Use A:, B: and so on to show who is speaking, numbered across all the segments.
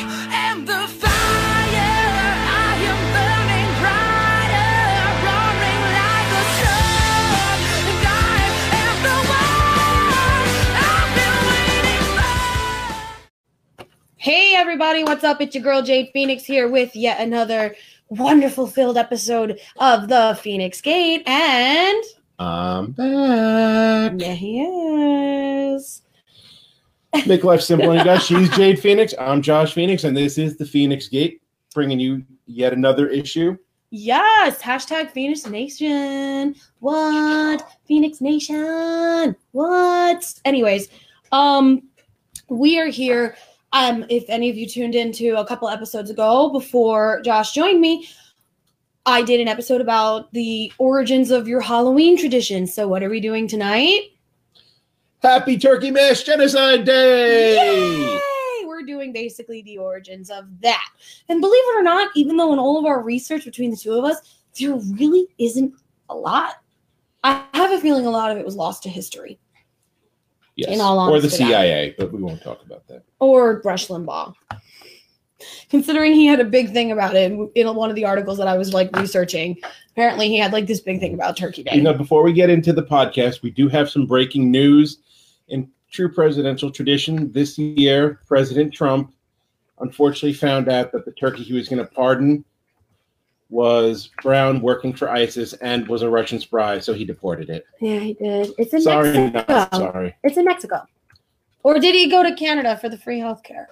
A: am the fire. I am burning brighter, roaring like a storm. And I am the one I've been waiting for.
B: Hey everybody, what's up? It's your girl Jade Phoenix here with yet another wonderful filled episode of the Phoenix Gate. And
C: I'm back.
B: yeah, he is.
C: Make life simple and Dutch. She's Jade Phoenix. I'm Josh Phoenix, and this is the Phoenix Gate, bringing you yet another issue.
B: Yes, hashtag Phoenix Nation. What? Phoenix Nation. What? Anyways, um, we are here. Um, if any of you tuned into a couple episodes ago before Josh joined me, I did an episode about the origins of your Halloween tradition. So what are we doing tonight?
C: Happy Turkey Mash Genocide Day!
B: Yay! We're doing basically the origins of that. And believe it or not, even though in all of our research between the two of us, there really isn't a lot. I have a feeling a lot of it was lost to history
C: Yes.
B: In all
C: or the
B: honesty, that-
C: CIA, but we won't talk about that.
B: or Rush Limbaugh. Considering he had a big thing about it in one of the articles that I was like researching, apparently he had like this big thing about Turkey Day.
C: You know, before we get into the podcast, we do have some breaking news. In true presidential tradition, this year, President Trump unfortunately found out that the turkey he was going to pardon was brown working for ISIS and was a Russian spy, so he deported it.
B: yeah, he did. It's in
C: sorry,
B: Mexico.
C: not sorry.
B: It's in Mexico. Or did he go to Canada for the free healthcare?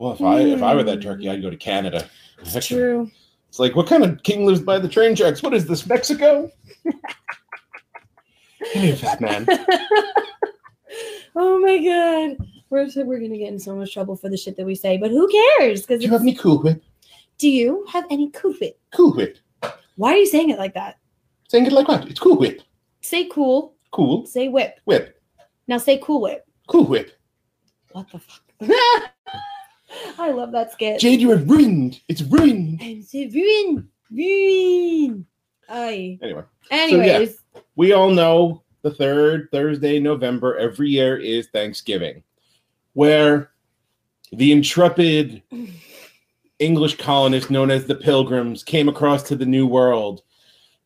C: Well, if I if I were that
B: Hmm.
C: turkey, I'd go to Canada.
B: It's true.
C: It's like what kind of king lives by the train tracks? What is this, Mexico? Any of that, man.
B: oh my god. We're, so- we're gonna get in so much trouble for the shit that we say, but who cares? Because
C: Do you have any Cool Whip?
B: do you have any cool fit?
C: Cool Whip.
B: Why are you saying it like that?
C: Saying it like that. It's Cool Whip.
B: Say cool,
C: Cool
B: say whip.
C: Whip.
B: Now say cool whip.
C: Cool Whip.
B: What the fuck? I love that skit.
C: Jade, you are ruined. It's ruined.
B: and say ruin, ruin. Aye.
C: Anyway, yeah.
B: Anyways,
C: we all know the third Thursday in November every year is Thanksgiving, where the intrepid English colonists known as the Pilgrims came across to the New World.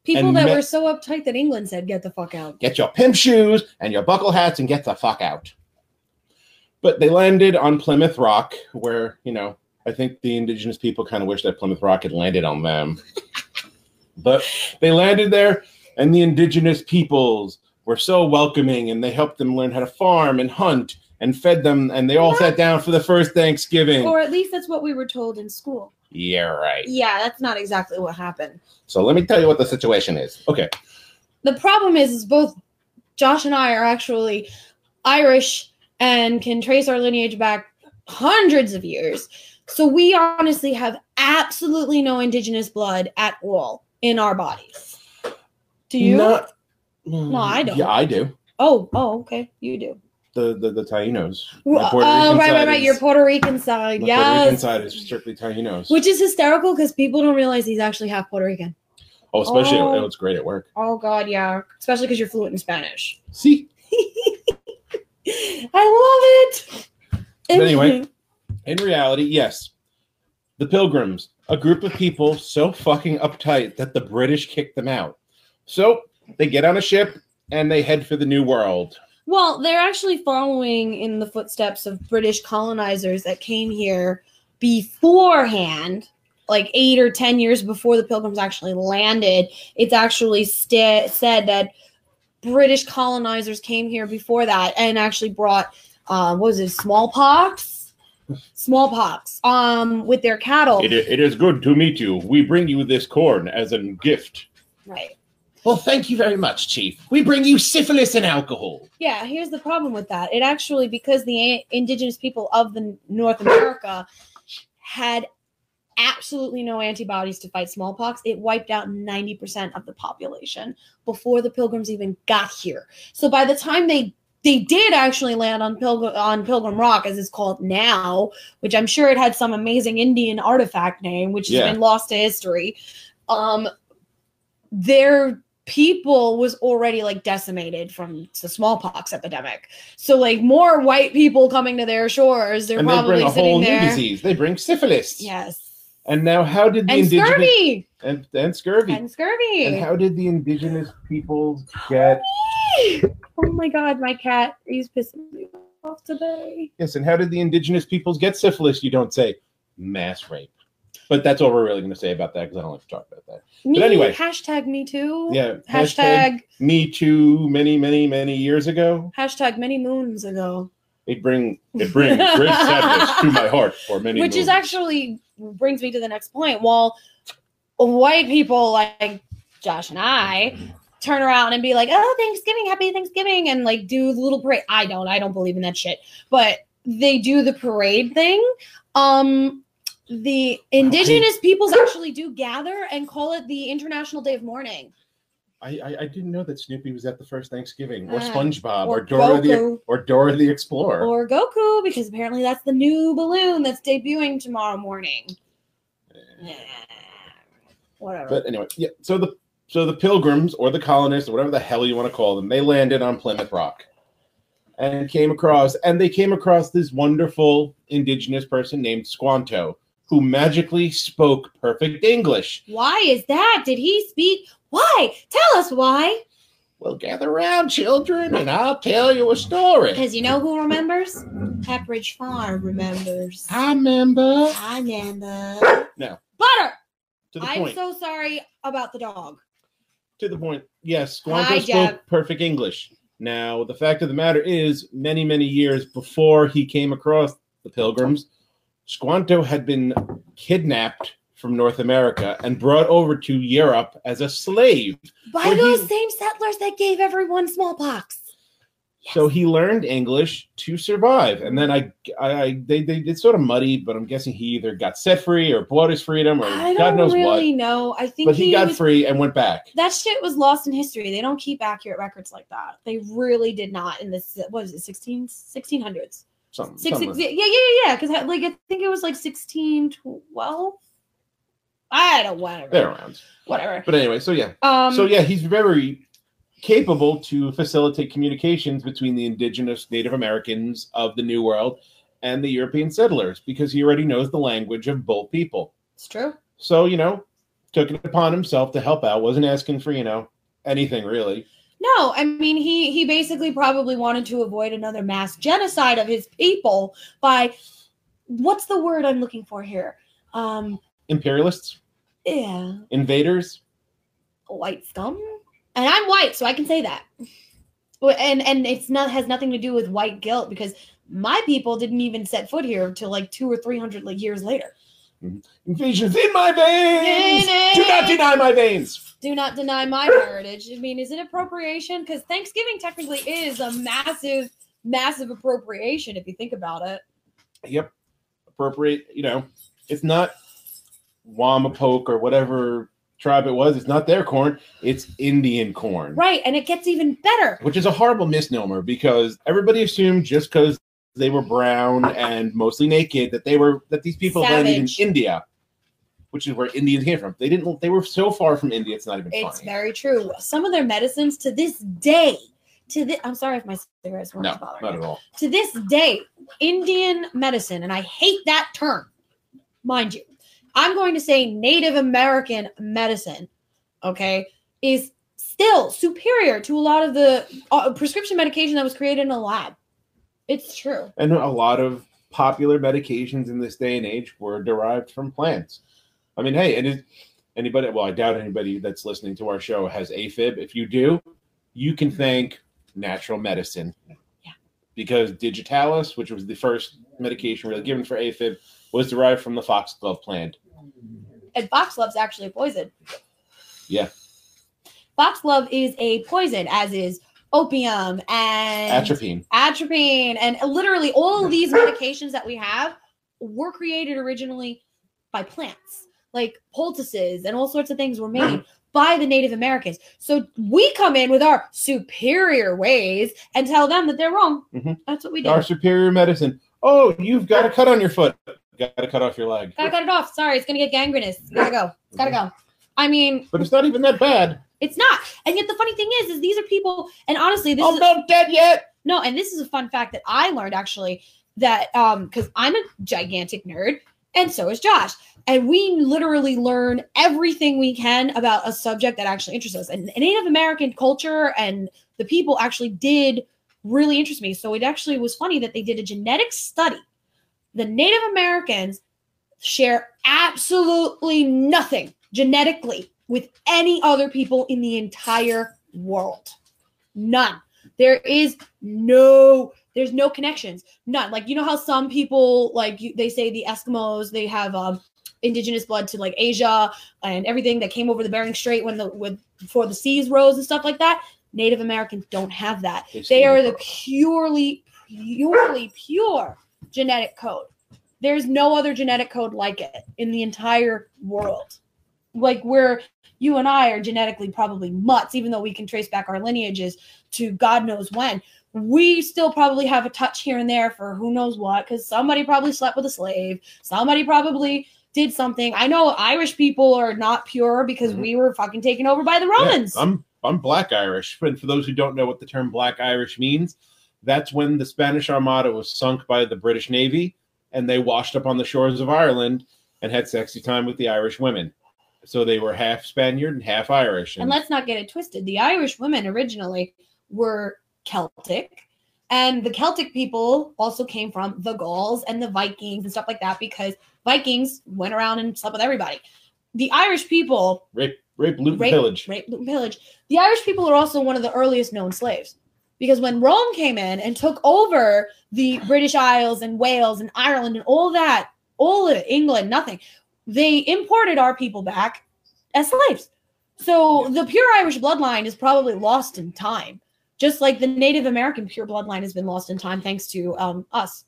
B: people
C: And
B: that
C: me-
B: were so uptight that England said, get the fuck out.
C: Get your pimp shoes and your buckle hats and get the fuck out. But they landed on Plymouth Rock, where, you know, I think the indigenous people kind of wish that Plymouth Rock had landed on them. but they landed there, and the indigenous peoples were so welcoming, and they helped them learn how to farm and hunt and fed them, and they all sat down for the first Thanksgiving.
B: Or at least that's what we were told in school.
C: yeah, right.
B: Yeah, that's not exactly what happened.
C: So let me tell you what the situation is. Okay.
B: the problem is, is both Josh and I are actually Irish and can trace our lineage back hundreds of years. So we honestly have absolutely no indigenous blood at all in our bodies. Do you?
C: Not, no,
B: I don't.
C: Yeah, I do.
B: oh, oh, okay, you do.
C: The the, the Tainos.
B: Well,
C: My Puerto
B: oh, right,
C: Rican
B: right,
C: side
B: right.
C: is-
B: Your Puerto Rican side,
C: The Puerto Rican
B: yes.
C: side is strictly Tainos.
B: Which is hysterical because people don't realize he's actually half Puerto Rican.
C: oh, especially
B: Oh.
C: oh, it's great at work.
B: Oh God, yeah. Especially because you're fluent in Spanish.
C: See,
B: I love it.
C: But anyway. in reality, yes, the Pilgrims, a group of people so fucking uptight that the British kicked them out. So they get on a ship and they head for the New World.
B: Well, they're actually following in the footsteps of British colonizers that came here beforehand, like eight or ten years before the Pilgrims actually landed. It's actually sta said that British colonizers came here before that and actually brought, uh, what was it, smallpox? Smallpox um, with their cattle.
C: It, i- it is good to meet you. We bring you this corn as a gift.
B: Right.
C: Well, thank you very much, Chief. We bring you syphilis and alcohol.
B: Yeah, here's the problem with that. It actually because the a- indigenous people of the North America had absolutely no antibodies to fight smallpox. It wiped out 90% of the population before the pilgrims even got here. So by the time they they did actually land on Pilgrim on Pilgrim Rock as it's called now, which I'm sure it had some amazing Indian artifact name which
C: Yeah.
B: has been lost to history. Um their people was already like decimated from the smallpox epidemic. So like more white people coming to their shores, they're
C: and they
B: probably
C: bring a
B: sitting
C: whole new
B: there.
C: disease. They bring syphilis.
B: Yes.
C: And now, how did the
B: And
C: indigenous
B: scurvy.
C: and, and scurvy
B: And scurvy.
C: and how did the indigenous peoples get
B: oh my god, my cat he's pissing me off today.
C: yes? And how did the indigenous peoples get syphilis? You don't say mass rape, but that's all we're really going to say about that because I don't like to talk about that.
B: Me,
C: anyway.
B: hashtag me too.
C: Yeah.
B: Hashtag
C: Me Too many, many, many years ago.
B: hashtag many moons ago.
C: It bring it brings great sadness to my heart for many.
B: Which is
C: moons.
B: actually brings me to the next point. While white people like Josh and I turn around and be like, "Oh, Thanksgiving, happy Thanksgiving," and like do the little parade. I don't. I don't believe in that shit. But they do the parade thing. Um, the indigenous peoples actually do gather and call it the International Day of Mourning.
C: I, I I didn't know that Snoopy was at the first Thanksgiving or
B: Uh,
C: SpongeBob or,
B: or
C: Dora the
B: Goku.
C: or Dora the Explorer.
B: Or Goku, because apparently that's the new balloon that's debuting tomorrow morning. Yeah. Whatever.
C: But anyway, yeah. So the so the pilgrims or the colonists or whatever the hell you want to call them, they landed on Plymouth Rock, and came across and they came across this wonderful indigenous person named Squanto, who magically spoke perfect English.
B: Why is that? Did he speak? Why? Tell us why.
C: Well, gather round, children, and I'll tell you a story.
B: Because you know who remembers? Pepperidge Farm remembers.
C: I remember
B: I remember.
C: No.
B: Butter!
C: to the
B: I'm
C: point.
B: so sorry about the dog.
C: to the point. Yes, Squanto
B: Hi,
C: spoke
B: Deb.
C: perfect English. Now, the fact of the matter is, many, many years before he came across the pilgrims, Squanto had been kidnapped from North America and brought over to Europe as a slave.
B: By
C: Well, he-
B: those same settlers that gave everyone smallpox.
C: So he learned English to survive. And then I, I, I they, they, it's sort of muddy, but I'm guessing he either got set free or bought his freedom or
B: I
C: God
B: don't
C: knows
B: really know. I
C: what.
B: think
C: But he, got
B: was-
C: free and went back.
B: that shit was lost in history. They don't keep accurate records like that. They really did not in this, what is it, 16, 1600s?
C: Something.
B: Six,
C: something.
B: six, yeah, yeah, yeah, yeah. Because like I think it was like sixteen twelve. I don't whatever.
C: They're around.
B: Whatever.
C: But anyway, so yeah.
B: Um.
C: so yeah, he's very capable to facilitate communications between the indigenous Native Americans of the New World and the European settlers because he already knows the language of both people.
B: it's true.
C: So you know, took it upon himself to help out. wasn't asking for you know anything really.
B: No, I mean he he basically probably wanted to avoid another mass genocide of his people by what's the word I'm looking for here? Um.
C: Imperialists,
B: Yeah.
C: invaders.
B: White scum. And I'm white, so I can say that. Well, And and it's not has nothing to do with white guilt because my people didn't even set foot here until like two or three hundred like years later.
C: Invasions in my veins. Do not deny my veins.
B: do not deny my heritage. I mean, is it appropriation? Because Thanksgiving technically is a massive, massive appropriation if you think about it.
C: Yep. Appropriate. You know, it's not Wamapoke or whatever tribe it was. It's not their corn. It's Indian corn.
B: Right. And it gets even better.
C: which is a horrible misnomer because everybody assumed just because they were brown and mostly naked that they were that these people landed in
B: Savage.
C: India, which is where Indians came from. They didn't. They were so far from India, it's not even
B: It's
C: funny.
B: very true. Some of their medicines to this day, to this, I'm sorry if my cigarettes weren't
C: No,
B: bothering
C: not
B: you.
C: at all.
B: To this day, Indian medicine, and I hate that term, mind you, I'm going to say Native American medicine, okay, is still superior to a lot of the uh, prescription medication that was created in a lab. It's true.
C: And a lot of popular medications in this day and age were derived from plants. I mean, hey, and is anybody? Well, I doubt anybody that's listening to our show has AFib. If you do, you can thank natural medicine.
B: Mm-hmm. Yeah.
C: Because digitalis, which was the first medication really given for AFib, was derived from the foxglove plant.
B: And foxglove's actually a poison.
C: Yeah.
B: Foxglove is a poison, as is opium and
C: Atropine.
B: atropine and literally all of these medications that we have were created originally by plants like poultices and all sorts of things were made by the native americans so we come in with our superior ways and tell them that they're wrong
C: Mhm.
B: that's what we do
C: Our superior medicine. Oh, you've got a cut on your foot. Got to cut off your leg.
B: gotta cut it off sorry it's gonna get gangrenous gotta go gotta go i mean
C: But it's not even that bad.
B: It's not. And yet the funny thing is, is these are people, and honestly, this
C: I'm
B: is
C: not dead yet.
B: no, and this is a fun fact that I learned actually that um because I'm a gigantic nerd and so is Josh. And we literally learn everything we can about a subject that actually interests us. And Native American culture and the people actually did really interest me. So it actually was funny that they did a genetic study. The Native Americans share absolutely nothing genetically with any other people in the entire world. None. There is no there's no connections none like you know how some people like you, they say the eskimos they have um indigenous blood to like asia and everything that came over the bering strait when the when before the seas rose and stuff like that native americans don't have that they are the purely purely pure genetic code there's no other genetic code like it in the entire world like where you and i are genetically probably mutts even though we can trace back our lineages to god knows when we still probably have a touch here and there for who knows what because somebody probably slept with a slave somebody probably did something i know irish people are not pure because we were fucking taken over by the romans
C: Yeah, I'm I'm black Irish. But for those who don't know what the term black Irish means, that's when the Spanish Armada was sunk by the British Navy and they washed up on the shores of Ireland and had sexy time with the Irish women. So they were half Spaniard and half Irish.
B: and let's not get it twisted the irish women originally were celtic and the celtic people also came from the gauls and the vikings and stuff like that because vikings went around and slept with everybody the irish people
C: rape rape loot and
B: Rape-
C: pillage.
B: rape, loot, and pillage. The Irish people are also one of the earliest known slaves because when Rome came in and took over the British Isles and Wales and Ireland and all that, all of it, England, nothing, they imported our people back as slaves. So the pure Irish bloodline is probably lost in time, just like the Native American pure bloodline has been lost in time thanks to um, us.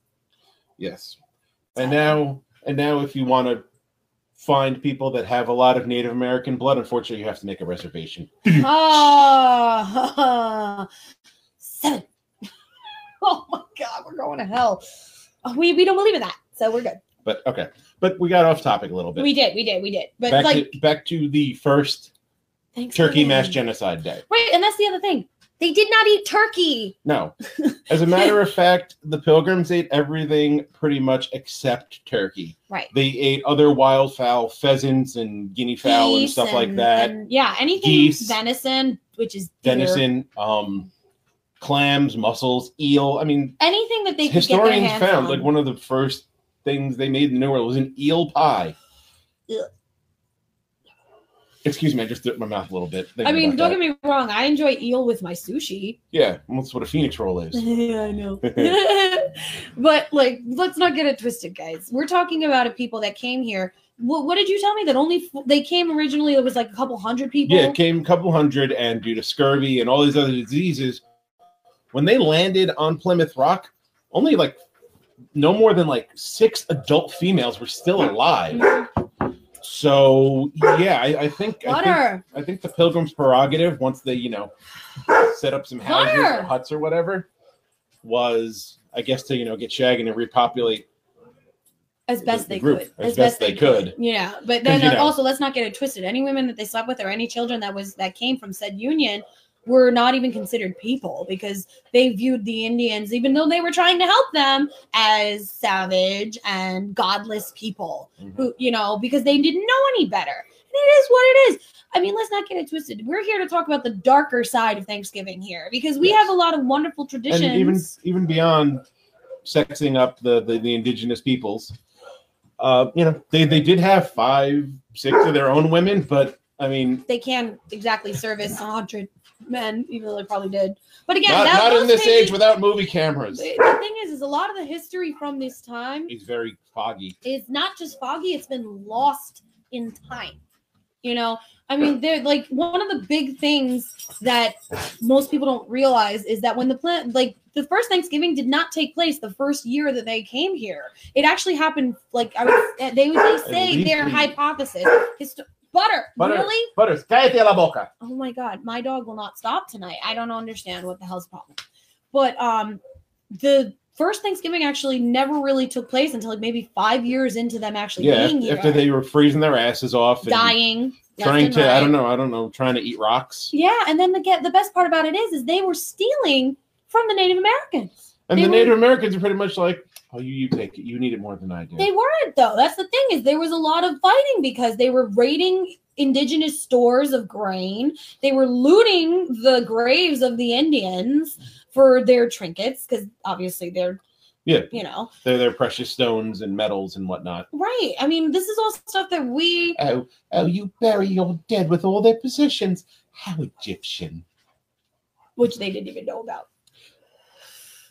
C: Yes. And now and now if you want to find people that have a lot of Native American blood, unfortunately you have to make a reservation.
B: Ah, seven. Oh my God, we're going to hell. Oh, We we don't believe in that, so we're good.
C: But okay. But we got off topic a little bit.
B: We did, we did, we did. But
C: back
B: like,
C: to back to the first
B: thanks
C: turkey
B: for
C: mass
B: that.
C: genocide day.
B: Right, and that's the other thing. They did not eat turkey.
C: No. As a matter of fact, the pilgrims ate everything pretty much except turkey.
B: Right.
C: They ate other wildfowl, pheasants and guinea fowl and
B: Geese
C: stuff like that.
B: and- yeah, anything
C: Geese.
B: venison, which is deer.
C: Venison, um clams, mussels, eel. I mean,
B: Anything that they could get their
C: historians
B: hands
C: found
B: on.
C: like one of the first things they made in the New World was an eel pie.
B: Ugh.
C: Excuse me, I just threw it in my mouth a little bit.
B: I
C: thinking
B: mean,
C: about
B: don't
C: that.
B: get me wrong. I enjoy eel with my sushi.
C: yeah, well, that's what a phoenix roll is.
B: yeah, I know. but like, let's not get it twisted, guys. We're talking about a people that came here. What, what did you tell me? That only f- they came originally. It was like a couple hundred people.
C: Yeah, it came a couple hundred, and due to scurvy and all these other diseases, when they landed on Plymouth Rock, only like no more than like six adult females were still alive. So yeah, I, I think I think,
B: Water.
C: I think the Pilgrims' prerogative, once they you know set up some houses
B: Water.
C: or huts or whatever, was I guess to you know get shagging and repopulate.
B: as best
C: the
B: they
C: group,
B: could.
C: as best they could.
B: Yeah, but
C: 'Cause,
B: then
C: you
B: uh,
C: know.
B: also let's not get it twisted. Any women that they slept with or any children that was that came from said union were not even considered people because they viewed the Indians, even though they were trying to help them, as savage and godless people
C: Mm-hmm.
B: who you know because they didn't know any better. And it is what it is. I mean, let's not get it twisted. We're here to talk about the darker side of Thanksgiving here because we
C: Yes.
B: have a lot of wonderful traditions.
C: and even even beyond sexing up the the, the indigenous peoples uh you know they they did have five six of their own women but i mean
B: they can't exactly service a hundred men, even though they probably did. But again,
C: not,
B: that,
C: not
B: those
C: in this
B: maybe-
C: age without movie cameras
B: the thing is, is a lot of the history from this time
C: he's very foggy
B: is not just foggy; it's been lost in time. You know, I mean, they're like one of the big things that most people don't realize is that when the plant, like the first Thanksgiving, did not take place the first year that they came here. It actually happened, like I would, they would say
C: least
B: their
C: we-
B: hypothesis. Histo- butter,
C: Butter.
B: really?
C: butters cállate la boca
B: oh my god my dog will not stop tonight i don't understand what the hell's the problem but um the first thanksgiving actually never really took place until like maybe five years into them actually
C: yeah
B: being
C: after
B: here
C: they were freezing their asses off and
B: dying
C: trying
B: and
C: to, I
B: right.
C: don't know, I don't know, trying to eat rocks.
B: Yeah, and then the get the best part about it is, is they were stealing from the Native Americans.
C: And
B: They
C: the
B: were-
C: Native Americans are pretty much like, oh, you, you take it. You need it more than I do.
B: They weren't though. That's the thing is, there was a lot of fighting because they were raiding indigenous stores of grain. They were looting the graves of the Indians for their trinkets because obviously they're
C: Yeah.
B: you know
C: They're their precious stones and metals and whatnot.
B: right. I mean, this is all stuff that we
C: Oh, oh, you bury your dead with all their possessions. How Egyptian.
B: which they didn't even know about.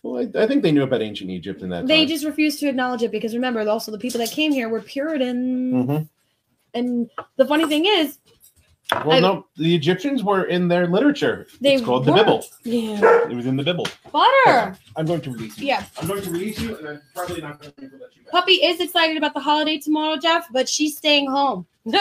C: Well, I, I think they knew about ancient Egypt in that
B: They
C: time.
B: just refused to acknowledge it because remember, also the people that came here were Puritans.
C: Mhm.
B: And the funny thing is,
C: Well,
B: I-
C: no, the Egyptians were in their literature.
B: they
C: it's called the
B: were-
C: Bible.
B: Yeah,
C: It was in the Bible.
B: butter.
C: I'm going to release you.
B: Yeah,
C: I'm going to release you, and I'm probably not going to let you back.
B: puppy is excited about the holiday tomorrow, Jeff, but she's staying home.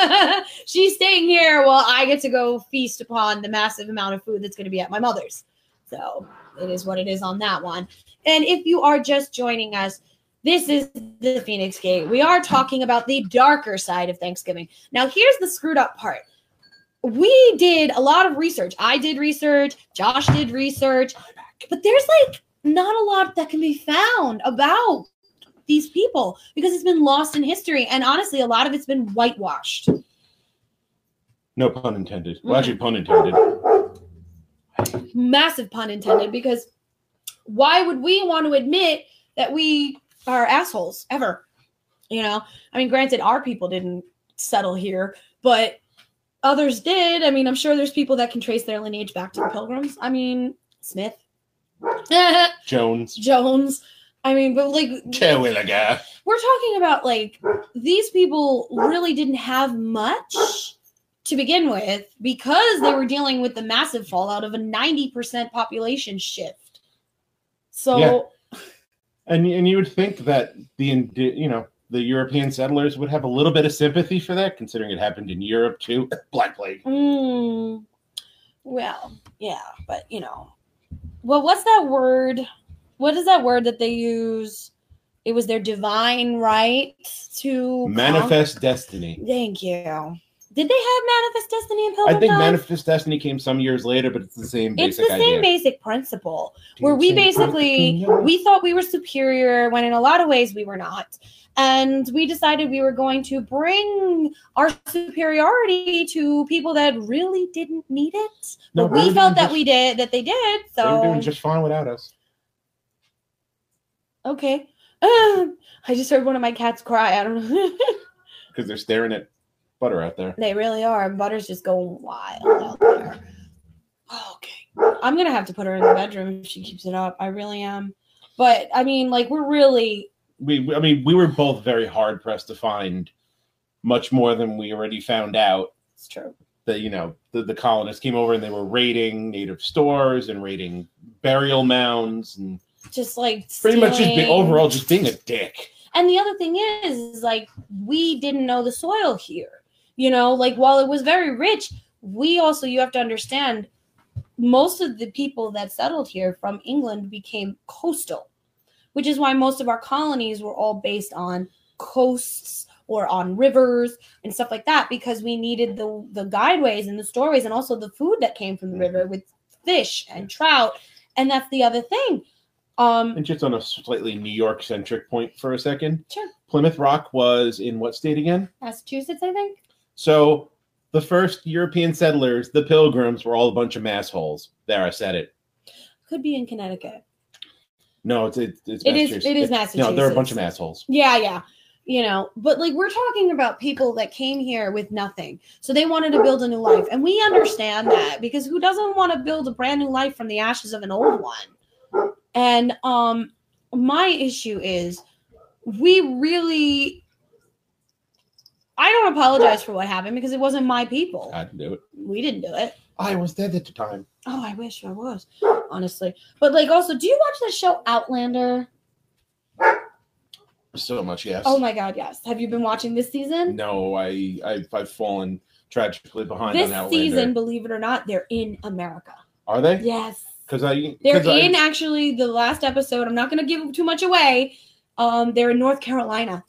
B: she's staying here while I get to go feast upon the massive amount of food that's going to be at my mother's. So it is what it is on that one. And if you are just joining us, this is the Phoenix Gate. We are talking about the darker side of Thanksgiving. Now, here's the screwed up part. We did a lot of research. I did research. Josh did research. But there's like not a lot that can be found about these people because it's been lost in history. And honestly, a lot of it's been whitewashed.
C: No pun intended.
B: Mhm.
C: Well, actually, pun intended.
B: Massive pun intended because why would we want to admit that we are assholes ever? You know, I mean, granted, our people didn't settle here, but others did. I mean, I'm sure there's people that can trace their lineage back to the pilgrims. I mean, Smith,
C: Jones.
B: Jones. I mean, but like,
C: Terwilliger.
B: we're talking about like these people really didn't have much to begin with because they were dealing with the massive fallout of a 90% population shift. So
C: Yeah. And and you would think that the Indi- you know the European settlers would have a little bit of sympathy for that, considering it happened in Europe too. Black plague.
B: Mm, well, yeah, but you know, well, what's that word? What is that word that they use? It was their divine right to con-
C: Manifest destiny.
B: Thank you. Did they have manifest destiny in
C: I
B: Pilgrim
C: think
B: Times?
C: manifest destiny came some years later, but it's the same
B: Oh, it's
C: basic
B: the same
C: idea.
B: basic principle where we basically we thought we were superior when in a lot of ways we were not and we decided we were going to bring our superiority to people that really didn't need it
C: No,
B: but
C: they
B: we
C: were
B: felt
C: doing
B: that we did that they did
C: they were doing
B: so
C: just fine without us.
B: okay i just heard one of my cats cry i don't know
C: because they're staring at butter out there.
B: They really are. And Butter's just going wild out there. Okay. I'm going to have to put her in the bedroom if she keeps it up. I really am. But I mean, like, we're really.
C: We, we- I mean, we were both very hard pressed to find much more than we already found out.
B: It's true.
C: That you know, the, the colonists came over and they were raiding native stores and raiding burial mounds and
B: Just like.
C: pretty much just be,
B: stealing.
C: overall just being a dick.
B: And the other thing is, is, like, we didn't know the soil here. You know, like, while it was very rich, we also, you have to understand, most of the people that settled here from England became coastal, which is why most of our colonies were all based on coasts or on rivers and stuff like that because we needed the the guideways and the stories and also the food that came from the river
C: Mm-hmm.
B: with fish and trout and that's the other thing um
C: And just on a slightly New York centric point for a second,
B: Sure.
C: Plymouth Rock was in what state again?
B: massachusetts i think
C: So the first European settlers, the Pilgrims, were all a bunch of massholes. There, I said it.
B: could be in connecticut
C: No, it's it's, it's
B: It is-
C: Massachusetts.
B: it is
C: No, they're a
B: Massachusetts.
C: bunch of assholes.
B: Yeah, yeah. You know, but like we're talking about people that came here with nothing. So they wanted to build a new life. And we understand that because who doesn't want to build a brand new life from the ashes of an old one? And um my issue is we really I don't apologize for what happened because it wasn't my people.
C: I can do it.
B: We didn't do it.
C: I was dead at the time.
B: Oh, I wish I was. Honestly. But like also, do you watch that show Outlander?
C: So much yes.
B: Oh my god, yes. Have you been watching this season?
C: no, I I've, I've fallen tragically behind on
B: this
C: Outlander.
B: season, believe it or not, they're in America.
C: Are they?
B: Yes.
C: Because I
B: They're
C: 'cause I-
B: in actually the last episode. I'm not going to give too much away. Um, they're in North Carolina.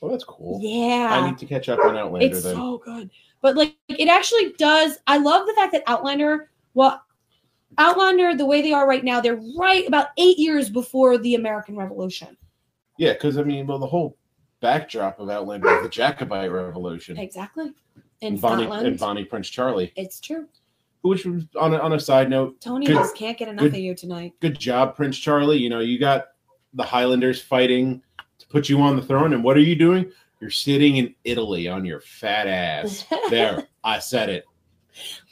C: Oh, that's cool. I
B: Yeah.
C: need to catch up on Outlander
B: It's
C: then.
B: so good. But like it actually does I love the fact that Outlander well Outlander the way they are right now, they're right about 8 years before the American Revolution.
C: yeah, because I mean, well, the whole backdrop of Outlander is the Jacobite Revolution
B: Exactly. In
C: and Bonnie
B: Scotland.
C: and Bonnie Prince Charlie.
B: It's true.
C: Which was on a, on a side note,
B: Tony
C: Good-
B: just can't get enough
C: good-
B: of you tonight.
C: good job, Prince Charlie. You know, you got the Highlanders fighting to put you on the throne, and what are you doing? You're sitting in Italy on your fat ass. there, I said it.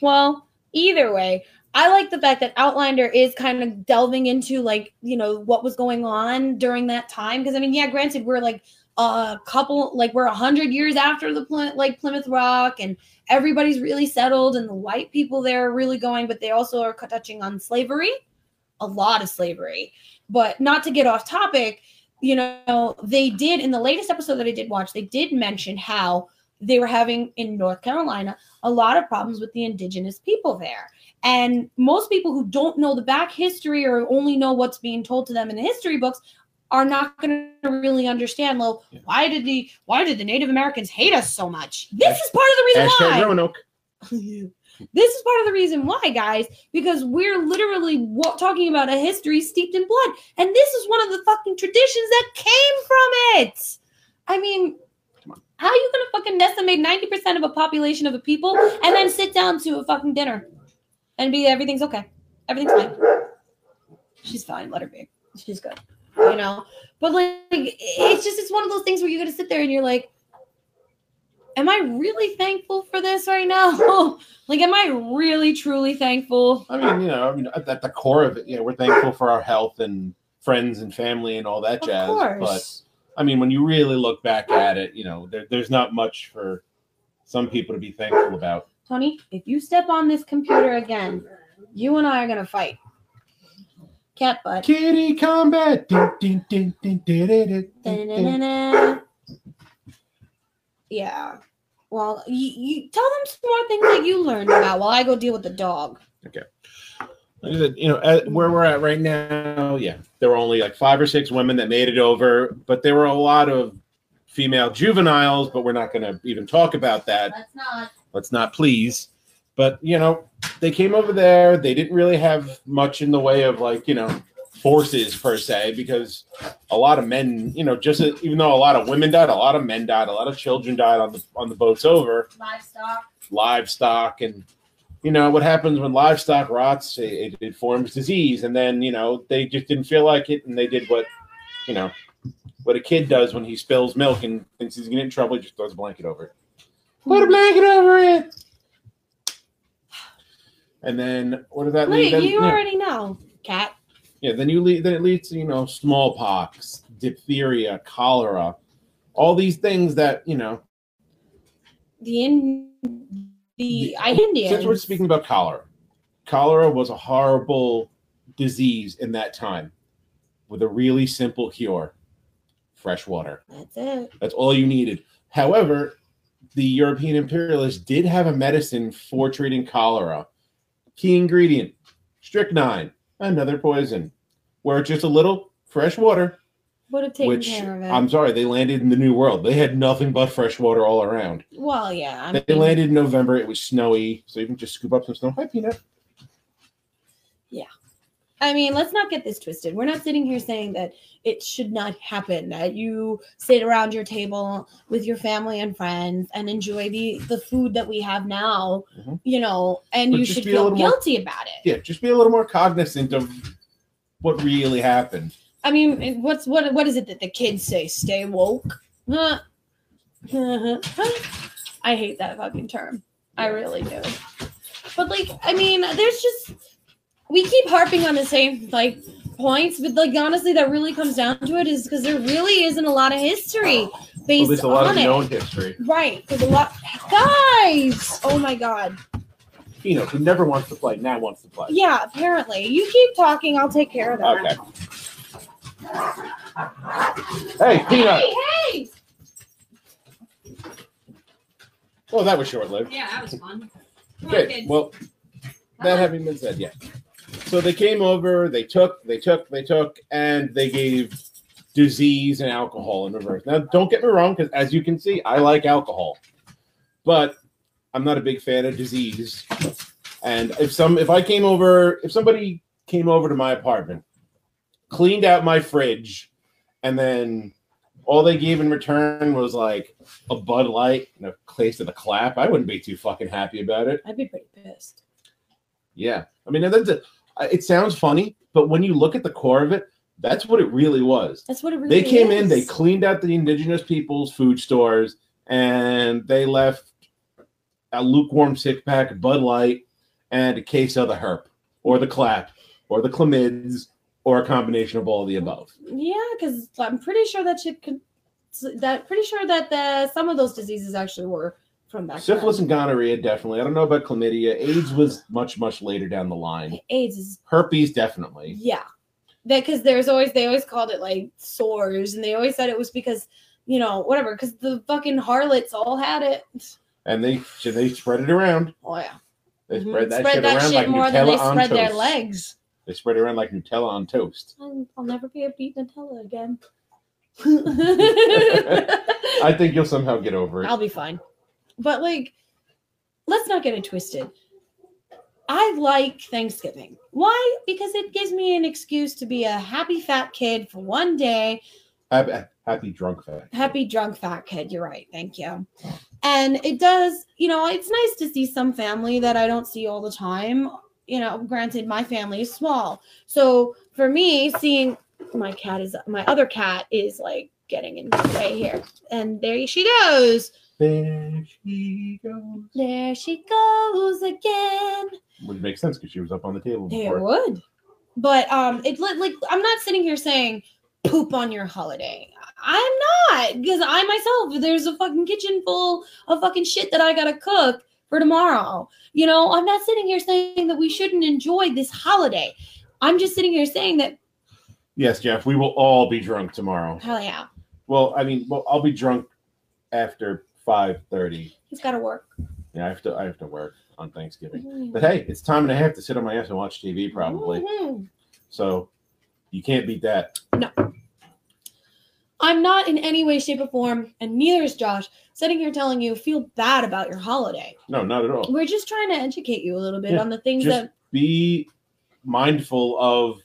B: Well, either way, I like the fact that Outlander is kind of delving into like, you know, what was going on during that time. Because I mean, yeah, granted, we're like a couple, like we're a hundred years after the Ply- like Plymouth Rock, and everybody's really settled, and the white people there are really going, but they also are cu- touching on slavery, a lot of slavery. But not to get off topic, you know, they did in the latest episode that I did watch, they did mention how they were having in North Carolina a lot of problems with the indigenous people there. And most people who don't know the back history or only know what's being told to them in the history books are not going to really understand. Well,
C: Yeah.
B: why did the why did the Native Americans hate us so much? This is part of the reason why.
C: Hashtag Roanoke.
B: this is part of the reason why, guys, because we're literally wa- talking about a history steeped in blood. And this is one of the fucking traditions that came from it. I mean, how you going to fucking decimate 90% of a population of a people and then sit down to a fucking dinner and be everything's okay? Everything's fine. She's fine. Let her be. She's good. You know? But like, it's just, it's one of those things where you got to sit there and you're like, am I really thankful for this right now? like, am I really truly thankful?
C: I mean, you know, I mean, at, at the core of it, you know, we're thankful for our health and friends and family and all that
B: Of
C: jazz.
B: course.
C: But I mean, when you really look back at it, you know, there, there's not much for some people to be thankful about.
B: Tony, if you step on this computer again, you and I are gonna fight. Cat butt.
C: Kitty combat. Ding, ding, ding, ding, ding, ding, ding, ding, ding.
B: Da-na-na-na. Yeah. Well, you, you tell them some more things that you learned about while I go deal with the dog.
C: Like I said, You know, at where we're at right now, yeah, there were only like five or six women that made it over, but there were a lot of female juveniles. But we're not going to even talk about that
B: That's not.
C: let's not please. But you know, they came over there. They didn't really have much in the way of like you know forces per se, because a lot of men, you know, just as- even though a lot of women died, a lot of men died, a lot of children died on the on the boats over
B: Livestock.
C: livestock and. You know what happens when livestock rots? It, it forms disease, and then you know they just didn't feel like it, and they did what, you know, what a kid does when he spills milk and thinks he's gonna get in trouble. He just throws a blanket over it. Put a blanket over it. And then what does that
B: Wait,
C: lead? Then,
B: you
C: yeah,
B: already know. Cat.
C: yeah, then you lead. Then it leads to you know smallpox, diphtheria, cholera, all these things that you know.
B: The in the I Indians.
C: Since we're speaking about cholera, cholera was a horrible disease in that time, with a really simple cure: fresh water.
B: That's it.
C: That's all you needed. However, the European imperialists did have a medicine for treating cholera. Key ingredient strychnine, another poison, where just a little fresh water,
B: Would have taken
C: which
B: care of it.
C: I'm sorry, they landed in the New World. They had nothing but fresh water all around.
B: well, yeah. I
C: they
B: mean-
C: landed in November. It was snowy, so you can just scoop up some snow. Hi, Peanut.
B: I mean, let's not get this twisted. We're not sitting here saying that it should not happen, that you sit around your table with your family and friends and enjoy the, the food that we have now,
C: Mhm.
B: you know, and
C: But
B: you
C: just
B: should
C: be a
B: feel
C: little more-
B: guilty about it.
C: Yeah, just be a little more cognizant of what really happened.
B: I mean, it- what's what what is it that the kids say? Stay woke. Huh. Uh-huh. I hate that fucking term. I really do. But like, I mean, there's just we keep harping on the same like points, but like honestly, that really comes down to it is because there really isn't a lot of history
C: Well,
B: based
C: there's a lot
B: on
C: of
B: it.
C: known history.
B: right? Because a lot, guys. Oh my god.
C: Peanut, who never wants to play, now wants to play.
B: Yeah, apparently. You keep talking. I'll take care of that.
C: Okay. Hey, Peanut.
B: Hey, hey.
C: Well, Oh, that was short lived.
D: Yeah, that was fun. Come on,
C: Okay.
D: kids.
C: Well, that having been said, yeah. So they came over, they took, they took, they took, and they gave disease and alcohol in reverse. Now, don't get me wrong, because as you can see, I like alcohol, but I'm not a big fan of disease. And if some, if I came over, if somebody came over to my apartment, cleaned out my fridge, and then all they gave in return was like a Bud Light and a case of the clap, I wouldn't be too fucking happy about it.
B: I'd be pretty pissed.
C: Yeah, I mean, that's a, it sounds funny, but when you look at the core of it, that's what it really was
B: That's what it really
C: they came in,
B: is.
C: they cleaned out the indigenous people's food stores, and they left a lukewarm six pack of Bud Light and a case of the herp or the clap or the clamids or a combination of all the above.
B: Yeah, because I'm pretty sure that shit could. That pretty sure that the some of those diseases actually were from back.
C: Syphilis and gonorrhea, definitely. I don't know about chlamydia. AIDS was much, much later down the line.
B: then. AIDS is
C: Herpes, definitely.
B: yeah, because there's always they always called it like sores, and they always said it was because you know whatever because the fucking harlots all had it.
C: And they they spread it around.
B: Oh yeah,
C: They
B: Mhm.
C: spread that shit around like
B: more
C: Nutella
B: than they
C: on
B: spread
C: toast.
B: their legs.
C: They spread it around like Nutella on toast.
B: I'll I'll never be able to eat Nutella again.
C: I think you'll somehow get over it.
B: I'll be fine. But like, let's not get it twisted. I like Thanksgiving. Why? Because it gives me an excuse to be a happy fat kid for one day.
C: Happy, happy drunk fat.
B: Happy drunk fat kid. You're right. Thank you. And it does, you know, it's nice to see some family that I don't see all the time. You know, granted, my family is small. So for me, seeing my cat is my other cat is like getting in the way here. And there she goes.
C: There she goes.
B: There she goes again.
C: Would make sense because she was up on the table
B: It
C: before.
B: would. But um it li- like I'm not sitting here saying poop on your holiday. I'm not because I myself there's a fucking kitchen full of fucking shit that I got to cook for tomorrow. You know, I'm not sitting here saying that we shouldn't enjoy this holiday. I'm just sitting here saying that
C: Yes, Jeff, we will all be drunk tomorrow.
B: hell yeah,
C: Well, I mean, well, I'll be drunk after five thirty.
B: he's got to work.
C: Yeah, I have to. I have to work on Thanksgiving. But hey, it's time and a half to sit on my ass and watch TV, probably.
B: Mhm.
C: So you can't beat that.
B: I'm not in any way, shape, or form, and neither is Josh, sitting here telling you feel bad about your holiday.
C: No, not at all.
B: We're just trying to educate you a little bit
C: Yeah,
B: on the things
C: just-
B: that
C: Be mindful of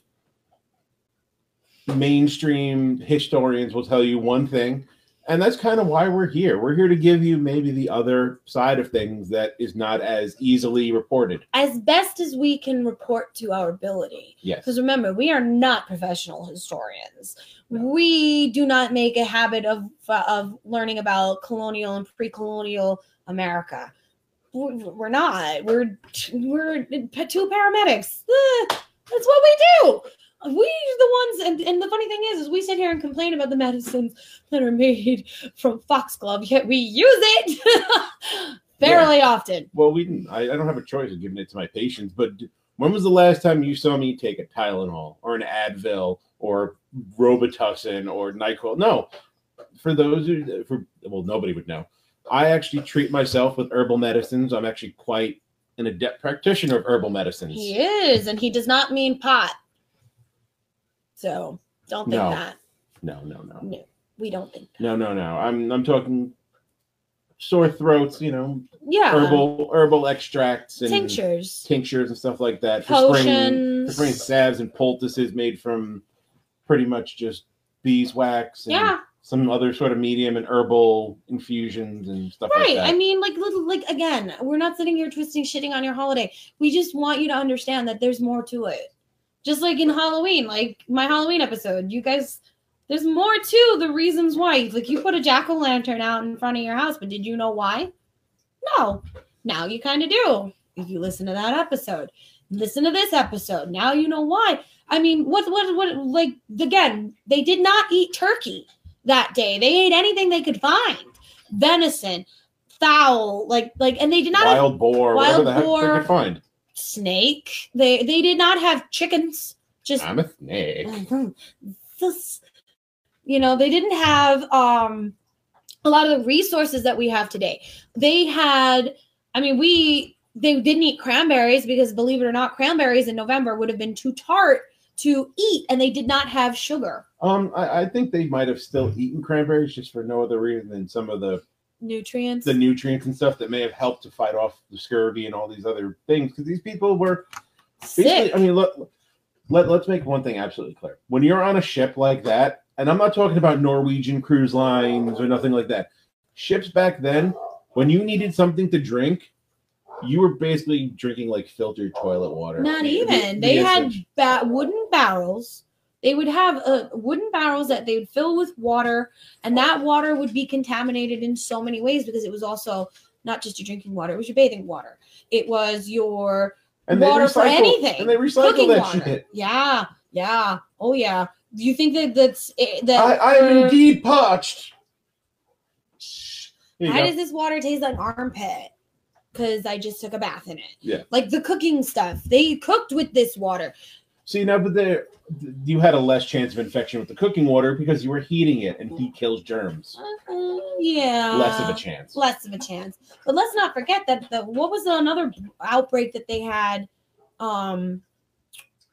C: mainstream historians will tell you one thing and that's kind of why we're here we're here to give you maybe the other side of things that is not as easily reported
B: as best as we can report to our ability.
C: yes
B: Because remember, we are not professional historians. We do not make a habit of of learning about colonial and pre-colonial America. We're we're not. We're we're two paramedics. Eh, That's what we do. We the ones, and, and the funny thing is, is we sit here and complain about the medicines that are made from foxglove, yet we use it fairly often.
C: well we didn't I, I don't have a choice of giving it to my patients but d- when was the last time you saw me take a tylenol or an advil or robitussin or nyquil no for those who for well nobody would know i actually treat myself with herbal medicines i'm actually quite an adept practitioner of herbal medicines
B: He is, and he does not mean pot. So don't think
C: No.
B: that.
C: no no no
B: No, we don't think.
C: No, no, no. I'm I'm talking sore throats, you know,
B: Yeah,
C: herbal herbal extracts and
B: tinctures,
C: tinctures and stuff like that. For spring, for
B: potions.
C: spring salves and poultices made from pretty much just beeswax and
B: Yeah,
C: some other sort of medium and herbal infusions and stuff like
B: right.
C: that.
B: I mean, like little, like again, we're not sitting here twisting shitting on your holiday. We just want you to understand that there's more to it. Just like in Halloween, like my Halloween episode, you guys, there's more to the reasons why. Like you put a jack o' lantern out in front of your house, but did you know why? No. Now you kind of do. If you listen to that episode, listen to this episode. Now you know why. I mean, what, what, what, like, again, they did not eat turkey that day. They ate anything they could find venison, fowl, like, like, and they did not have
C: wild boar, whatever
B: wild
C: the heck
B: boar.
C: they could find.
B: snake. They, they did not have chickens. Just
C: I'm a snake.
B: this you know they didn't have um a lot of the resources that we have today they had i mean we they didn't eat cranberries because believe it or not cranberries in november would have been too tart to eat, and they did not have sugar.
C: Um, I, I think they might have still eaten cranberries just for no other reason than some of the
B: Nutrients.
C: the nutrients and stuff that may have helped to fight off the scurvy and all these other things because these people were basically
B: Sick.
C: i mean look let, let's make one thing absolutely clear when you're on a ship like that and i'm not talking about norwegian cruise lines or nothing like that ships back then when you needed something to drink you were basically drinking like filtered toilet water
B: Not
C: The- the-
B: even.
C: the
B: They had
C: essence.
B: ba- wooden barrels. They would have uh, wooden barrels that they would fill with water, and that water would be contaminated in so many ways because it was also not just your drinking water; it was your bathing water. It was your
C: and they
B: water for
C: recycled-
B: anything.
C: and they recycle
B: cooking
C: that
B: water.
C: shit
B: Yeah, yeah, oh yeah. Do you think that that's it-
C: I,
B: that?
C: I am
B: for-
C: indeed parched There you
B: Why
C: go.
B: does this water taste like armpit? Because I just took a bath in it.
C: Yeah.
B: Like the cooking stuff, they cooked with this water.
C: See now, but there you had a less chance of infection with the cooking water because you were heating it, and heat kills germs.
B: Uh, yeah.
C: Less of a chance.
B: less of a chance. But let's not forget that the what was another outbreak that they had um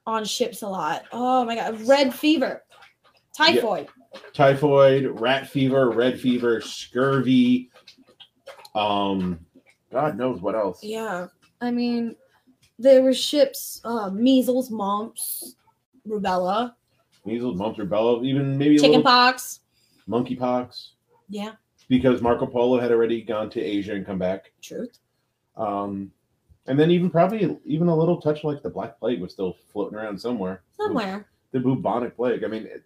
B: on ships a lot. Oh my god, red fever, typhoid.
C: Typhoid, rat fever, red fever, scurvy. Um, God knows what else.
B: Yeah, I mean there were ships uh, measles, mumps, rubella,
C: Measles, mumps, rubella, even maybe a little
B: chickenpox.
C: monkeypox,
B: Yeah,
C: because Marco Polo had already gone to Asia and come back.
B: truth.
C: Um, and then even probably even a little touch like the Black Plague was still floating around somewhere.
B: Somewhere
C: The bubonic plague. I mean, it,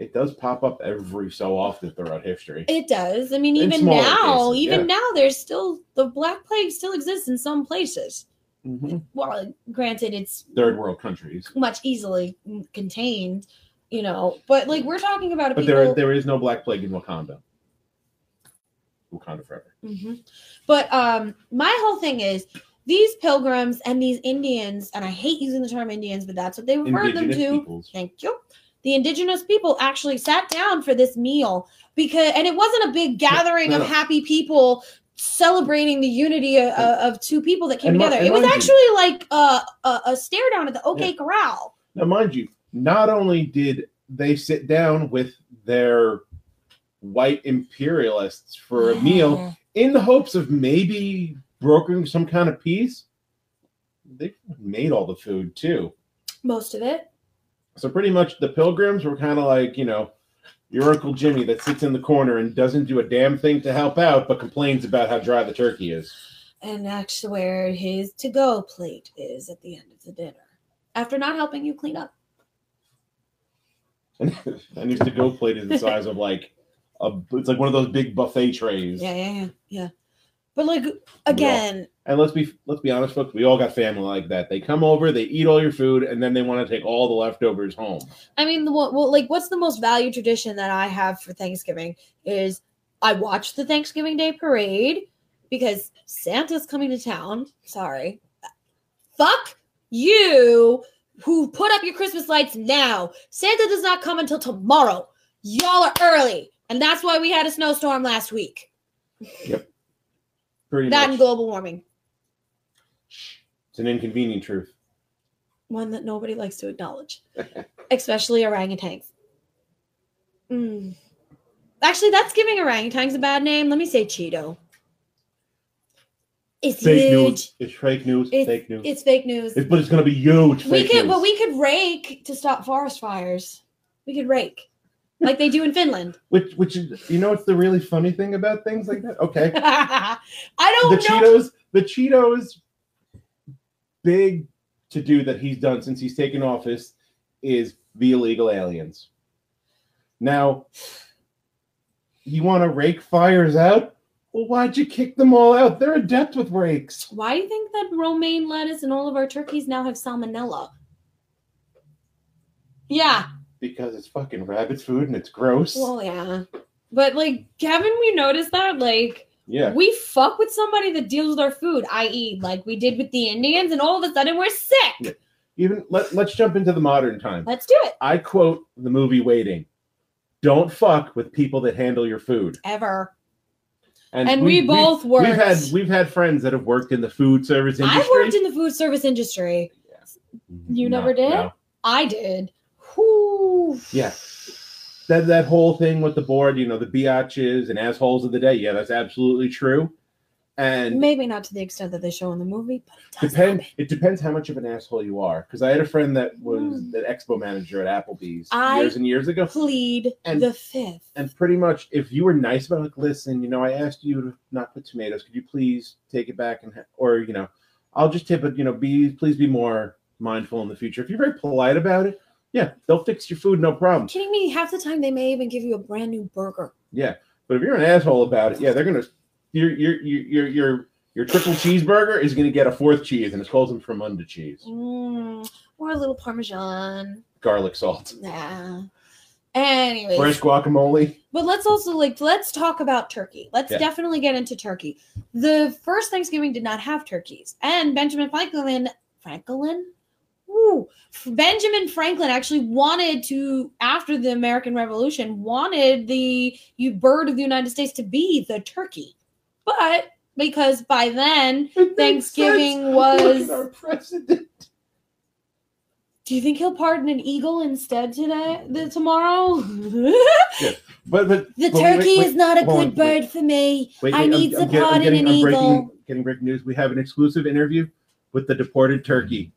C: it does pop up every so often throughout history.
B: it does. I mean,
C: In
B: even
C: smaller
B: now,
C: cases,
B: even now, there's still the black plague still exists in some places. Mm-hmm. Well, granted, it's
C: third world countries.
B: much easily contained, you know. But like we're talking about a
C: But
B: people,
C: there, there is no black plague in Wakanda. Wakanda forever.
B: Mhm. but um, my whole thing is these pilgrims and these Indians, and I hate using the term Indians, but that's what they referred them to.
C: Indigenous peoples.
B: Thank you. The indigenous people actually sat down for this meal because, and it wasn't a big gathering
C: no,
B: of
C: no.
B: happy people celebrating the unity of, of two people that came
C: And mi-
B: together.
C: and
B: It was
C: mind you-
B: actually like a, a, a stare down at the OK Corral.
C: Now, mind you, not only did they sit down with their white imperialists for a
B: Mm.
C: meal in the hopes of maybe brokering some kind of peace, they made all the food too.
B: most of it.
C: So pretty much the pilgrims were kind of like, you know, your Uncle Jimmy that sits in the corner and doesn't do a damn thing to help out, but complains about how dry the turkey is.
B: And that's where his to go plate is at the end of the dinner. After not helping you clean up.
C: And his to go plate is the size of like a, it's like one of those big buffet trays.
B: Yeah, yeah, yeah. Yeah. But like again,
C: And let's be let's be honest, folks, we all got family like that. They come over, they eat all your food, and then they want to take all the leftovers home.
B: I mean, the one- well, like what's the most valued tradition that I have for Thanksgiving is I watch the Thanksgiving Day parade because Santa's coming to town. Sorry. Fuck you who put up your Christmas lights now. Santa does not come until tomorrow. Y'all are early. And that's why we had a snowstorm last week.
C: Pretty
B: That and
C: much.
B: global warming.
C: It's an inconvenient truth.
B: One that nobody likes to acknowledge, especially orangutans. Mm. Actually, that's giving orangutans a bad name. Let me say Cheeto. It's
C: Fake
B: huge.
C: news. It's fake news.
B: It's-
C: fake news.
B: It's fake news.
C: It's- but it's gonna be huge.
B: we
C: fake
B: could,
C: news.
B: but we could rake to stop forest fires. We could rake, like they do in Finland.
C: which which is you know what's the really funny thing about things like that? Okay.
B: I don't
C: the
B: know.
C: Cheetos, the Cheetos big to do that he's done since he's taken office is the illegal aliens. Now, you want to rake fires out? Well, why'd you kick them all out? They're adept with rakes.
B: Why do you think that romaine lettuce and all of our turkeys now have salmonella? Yeah,
C: Because it's fucking rabbit food and it's gross.
B: Well, yeah. But like, haven't we noticed that? Like,
C: yeah.
B: we fuck with somebody that deals with our food, i.e., like we did with the Indians, and all of a sudden we're sick.
C: Yeah. Even let, let's jump into the modern time.
B: Let's do it.
C: I quote the movie Waiting. Don't fuck with people that handle your food.
B: Ever. And we,
C: we've-
B: both worked.
C: We've had we've had friends that have worked in the food service industry.
B: I've worked in the food service industry. You never did? I did. Whew.
C: Yeah. That that whole thing with the board, you know, the biatches and assholes of the day. Yeah, that's absolutely true. And
B: Maybe not to the extent that they show in the movie, but it does
C: depend
B: happen.
C: it depends how much of an asshole you are. Because I had a friend that was
B: Hmm.
C: an expo manager at Applebee's
B: I-
C: years and years ago.
B: Plead
C: And-
B: the fifth.
C: And pretty much, if you were nice about it, like, listen, you know, I asked you to not put tomatoes. Could you please take it back and, ha- or you know, I'll just tip it. You know, be please be more mindful in the future. If you're very polite about it, yeah, they'll fix your food, no problem.
B: Kidding me? Half the time they may even give you a brand new burger.
C: Yeah, but if you're an asshole about it, yeah, they're gonna your your your your your, your triple cheeseburger is gonna get a fourth cheese, and it's causing from under cheese,
B: Mm, or a little parmesan.
C: garlic salt,
B: Nah. Anyways,
C: fresh guacamole.
B: but let's also like let's talk about turkey. Let's
C: Yeah.
B: definitely get into turkey. The first Thanksgiving did not have turkeys, and Benjamin Franklin, Franklin, Woo. Benjamin Franklin actually wanted to, after the American Revolution, wanted the u- bird of the United States to be the turkey, but because by then,
C: It makes
B: Thanksgiving
C: sense.
B: was-
C: Look at our president.
B: do you think he'll pardon an eagle instead today, the, tomorrow?
C: But but
B: The
C: but wait, wait,
B: turkey
C: wait.
B: is not a
C: hold on,
B: good
C: wait.
B: bird for me.
C: Wait,
B: I
C: wait, I'm-
B: need
C: I'm,
B: the
C: get- I'm
B: pot
C: getting,
B: and an
C: I'm breaking,
B: eagle.
C: Getting breaking news. We have an exclusive interview with the deported turkey.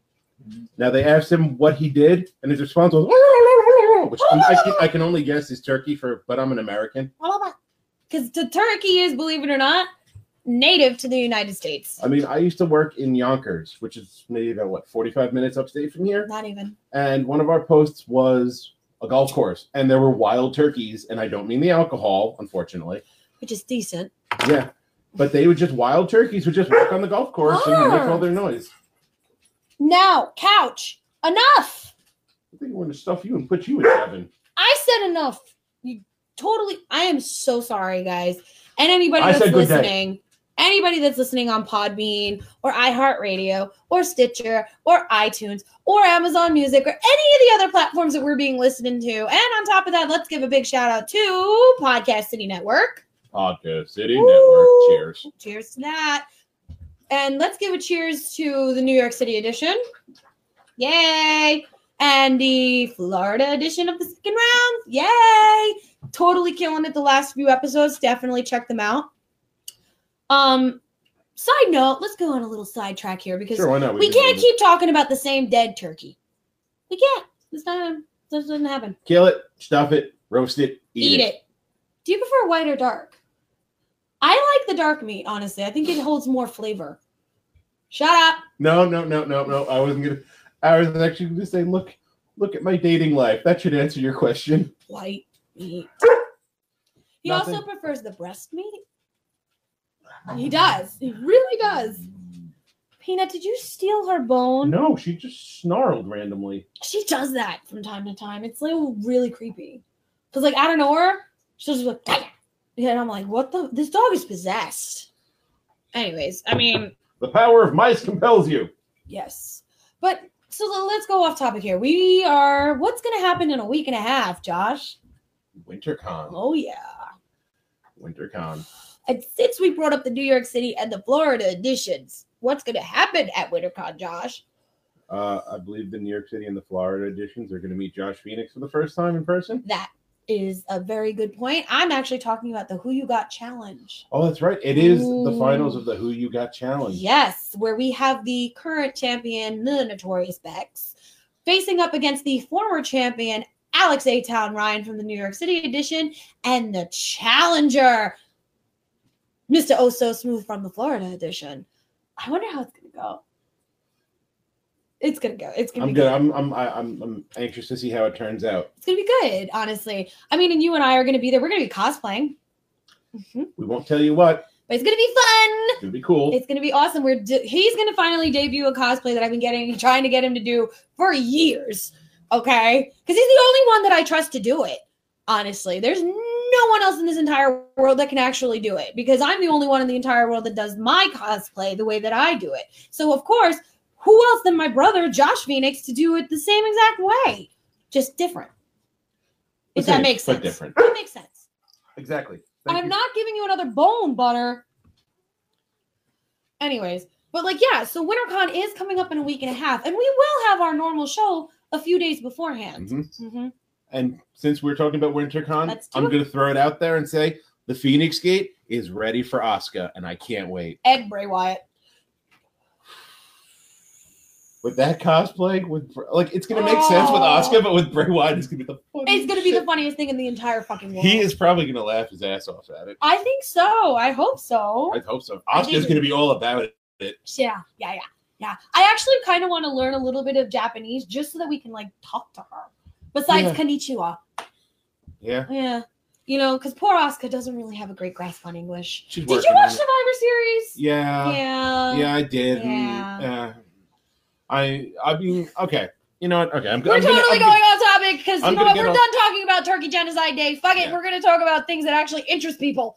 C: Now they asked him what he did, and his response was, "Oh!" which I'm- I can, I can only guess is turkey for, but I'm an American.
B: Because the turkey is, believe it or not, native to the United States.
C: I mean, I used to work in Yonkers, which is maybe about what 45 minutes upstate from here,
B: Not even.
C: and one of our posts was a golf course, and there were wild turkeys, and I don't mean the alcohol, unfortunately.
B: Which is decent.
C: Yeah, but they would just wild turkeys would just walk on the golf course and make
B: Ah!
C: all their noise.
B: Now, couch. Enough.
C: I think we're gonna stuff you and put you in heaven.
B: I said enough. You totally. I am so sorry, guys. And anybody
C: I
B: that's
C: said good day.
B: listening, anybody that's listening on Podbean or iHeartRadio or Stitcher or iTunes or Amazon Music or any of the other platforms that we're being listened to. And on top of that, let's give a big shout out to Podcast City Network.
C: Podcast City
B: Woo!
C: Network. Cheers.
B: Cheers to that. And let's give a cheers to the New York City edition. Yay! And the Florida edition of the second round. Yay! Totally killing it the last few episodes. Definitely check them out. Um, side note, let's go on a little sidetrack here because
C: Sure, why not?
B: we
C: can
B: can't
C: do
B: keep talking about the same dead turkey. We can't. This time this doesn't happen.
C: it. kill it, stuff it, roast it, eat, it.
B: Do you prefer white or dark? I like the dark meat, honestly. I think it holds more flavor. Shut up.
C: No, no, no, no, no. I wasn't gonna. I was actually gonna say, look, look at my dating life. That should answer your question.
B: White meat. He
C: Nothing.
B: also prefers the breast meat. He does. He really does. Peanut, did you steal her bone?
C: No, she just snarled randomly.
B: She does that from time to time. It's like really creepy. Cause like out of nowhere, she'll just be like, "Bang!" and I'm like, what the? This dog is possessed. Anyways, I mean,
C: The power of mice compels you.
B: Yes. But so le- let's go off topic here. We are what's going to happen in a week and a half, Josh?
C: WinterCon.
B: Oh yeah.
C: WinterCon.
B: And since we brought up the New York City and the Florida editions, what's going to happen at WinterCon, Josh?
C: Uh, I believe the New York City and the Florida editions are going to meet Josh Phoenix for the first time in person.
B: That is a very good point. I'm actually talking about the Who You Got challenge.
C: Oh, that's right. It is
B: Ooh.
C: the finals of the Who You Got Challenge.
B: Yes, where we have the current champion, the Notorious Bex, facing up against the former champion, Alex A. Town Ryan from the New York City edition, and the challenger, Mr. Oh So Smooth from the Florida edition. I wonder how it's going to go. It's going to go. It's going to
C: I'm
B: be
C: good. I'm I'm I- I'm I'm anxious to see how it turns out.
B: It's going to be good, honestly. I mean, and you and I are going to be there. We're going to be cosplaying. Mhm.
C: We won't tell you what.
B: But it's going to be fun.
C: It's gonna be cool.
B: It's gonna be awesome. We're d he's gonna finally debut a cosplay that I've been getting trying to get him to do for years. Okay, because he's the only one that I trust to do it. Honestly, there's no one else in this entire world that can actually do it because I'm the only one in the entire world that does my cosplay the way that I do it. So of course, who else than my brother Josh Phoenix to do it the same exact way, just different. If
C: Okay,
B: that makes
C: but
B: sense.
C: different.
B: That makes sense.
C: Exactly.
B: I'm not giving you another bone, butter. Anyways, but like, yeah, so WinterCon is coming up in a week and a half, and we will have our normal show a few days beforehand.
C: Mhm.
B: Mhm.
C: And since we're talking about WinterCon,
B: Let's do
C: I'm
B: it.
C: going to throw it out there and say the Phoenix Gate is ready for Oscar, and I can't wait.
B: And Bray Wyatt.
C: With that cosplay, with like it's going to make sense with
B: Oh.
C: Oscar, but with Bray Wyatt, it's going to be the funniest.
B: It's gonna be the
C: shit.
B: funniest thing in the entire fucking world.
C: He is probably going to laugh his ass off at it.
B: I think so. I hope so.
C: I hope so.
B: I think
C: Oscar's
B: it-
C: going to be all about it.
B: Yeah, yeah, yeah, yeah. I actually kind of want to learn a little bit of Japanese just so that we can like talk to her. Besides
C: Yeah.
B: konnichiwa,
C: Yeah,
B: yeah, you know, because poor Asuka doesn't really have a great grasp on English.
C: she's
B: Did
C: working
B: you
C: on
B: watch
C: it.
B: Survivor Series?
C: Yeah,
B: Yeah.
C: yeah, I did.
B: Yeah.
C: Yeah. I, I mean, okay. You know what? Okay, I'm,
B: We're
C: I'm
B: totally
C: gonna, I'm
B: going off topic because you
C: I'm
B: know
C: gonna
B: what?
C: get
B: We're
C: off-
B: done talking about Turkey Genocide Day. Fuck it.
C: Yeah.
B: We're going to talk about things that actually interest people.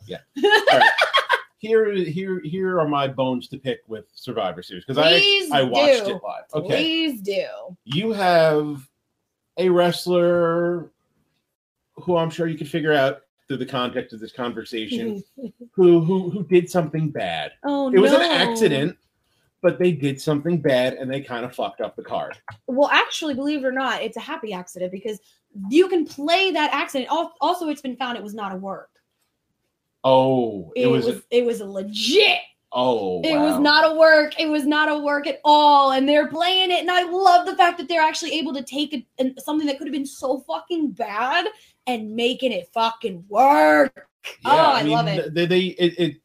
C: here here here are my bones to pick with Survivor Series because
B: Please
C: I I watched
B: do.
C: it live. Okay,
B: Please do.
C: you have a wrestler who I'm sure you could figure out through the context of this conversation who who who did something bad.
B: Oh no.
C: It was an accident, but they did something bad and they kind of fucked up the card.
B: Well, actually, believe it or not, it's a happy accident because you can play that accident. Al- Also, it's been found it was not a work.
C: Oh, it,
B: It,
C: was,
B: was, it was a legit.
C: oh
B: It was
C: wow.
B: not a work. It was not a work at all. And they're playing it. And I love the fact that they're actually able to take a, an, something that could have been so fucking bad and making it fucking work. Oh, I love it.
C: They, they it, it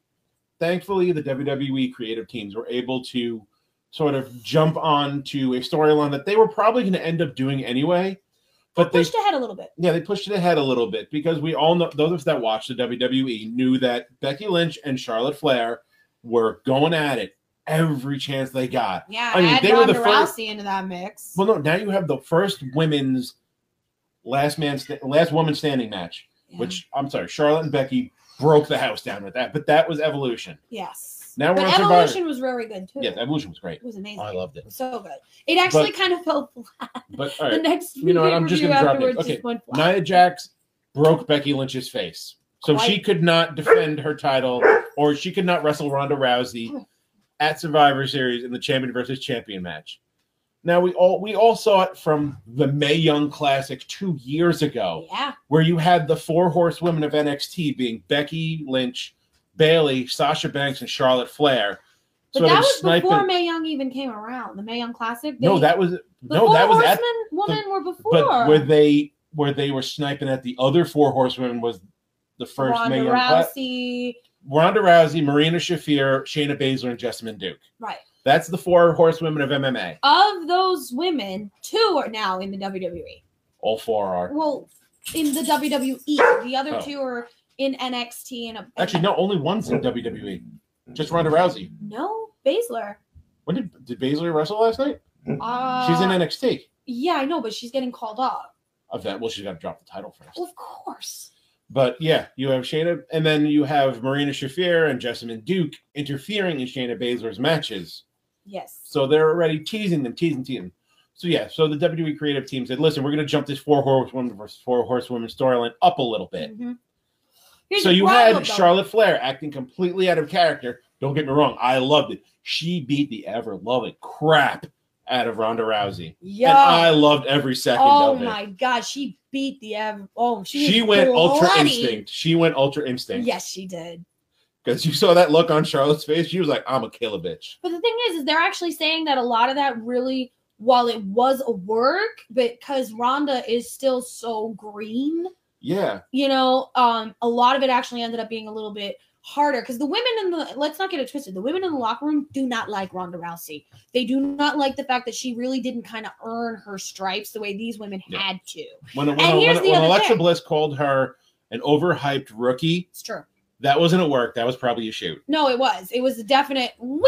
C: thankfully the WWE creative teams were able to sort of jump on to a storyline that they were probably going to end up doing anyway, but they
B: Pushed ahead a little bit.
C: yeah they pushed it ahead a little bit because we all know those of us that watched the WWE knew that Becky Lynch and Charlotte Flair were going at it every chance they got.
B: Yeah,
C: I mean,
B: add
C: they were
B: Ronda
C: the first-
B: Rousey into that mix.
C: Well, no, now you have the first women's last man sta- last woman standing match,
B: Yeah.
C: which I'm sorry, Charlotte and Becky broke the house down with that, but that was evolution.
B: yes.
C: Now we're
B: but
C: on
B: Evolution
C: Survivor.
B: was very good too.
C: Yeah, Evolution was great.
B: it was amazing.
C: I loved it.
B: so good. It actually
C: But-
B: kind of felt flat.
C: But all
B: the
C: right,
B: next
C: You know what, I'm just
B: pay-per-view
C: gonna drop names.
B: afterwards just
C: Okay,
B: went flat.
C: Nia Jax broke Becky Lynch's face. So she could not defend her title or she could not wrestle Ronda Rousey at Survivor Series in the champion versus champion match. Now we all we all saw it from the May Young Classic 2 years ago
B: Yeah,
C: where you had the four horsewomen of NXT being Becky Lynch, Bailey, Sasha Banks and Charlotte Flair.
B: but
C: sort
B: that
C: of
B: was
C: sniped
B: before
C: the-
B: Mae Young even came around. The Mae Young Classic.
C: No,
B: they-
C: that was
B: the
C: no,
B: four
C: that was at
B: horsemen women were before.
C: but where they where they were sniping at the other four horsewomen was the first
B: Ronda
C: Mae Young Pla-
B: Rousey.
C: Ronda Rousey, Marina Shafir, Shayna Baszler, and Jessamine Duke.
B: Right.
C: That's the four horsewomen of MMA.
B: Of those women, two are now in the WWE.
C: All four are.
B: Well, in the WWE, the other
C: Oh.
B: two are in NXT and a,
C: Actually, no, only one's in WWE. Just Ronda Rousey.
B: no Baszler.
C: When did did Baszler wrestle last night?
B: Uh,
C: she's in NXT.
B: Yeah, I know, but she's getting called up.
C: Of that, well, she's got to drop the title first.
B: Well, of course.
C: But yeah, you have Shayna, and then you have Marina Shafir and Jessamine Duke interfering in Shayna Baszler's matches.
B: Yes.
C: So they're already teasing them, teasing, teasing. So yeah, so the WWE creative team said, "Listen, we're going to jump this four horsewomen versus four horsewomen storyline up a little bit."
B: Mhm. Here's
C: so
B: the
C: you
B: problem,
C: had
B: though.
C: Charlotte Flair acting completely out of character. Don't get me wrong, I loved it. She beat the ever loving crap out of Ronda Rousey,
B: Yeah.
C: and I loved every second
B: oh
C: of it.
B: my God, she beat the ev. Oh, she,
C: E. She,
B: was
C: went ultra
B: bloody.
C: instinct. She went ultra instinct
B: Yes, she did.
C: because you saw that look on Charlotte's face. She was like, "I'm a killer bitch."
B: But the thing is, is they're actually saying that a lot of that really, while it was a work, because Rhonda is still so green,
C: Yeah,
B: you know, um, a lot of it actually ended up being a little bit harder because the women in the let's not get it twisted. The women in the locker room do not like Ronda Rousey. They do not like the fact that she really didn't kind of earn her stripes the way these women
C: Yeah.
B: had to.
C: when when,
B: And
C: when,
B: here's the
C: when
B: other
C: Alexa
B: thing.
C: Bliss called her an overhyped rookie.
B: It's true.
C: That wasn't a work. That was probably a shoot.
B: No, it was. It was a definite wing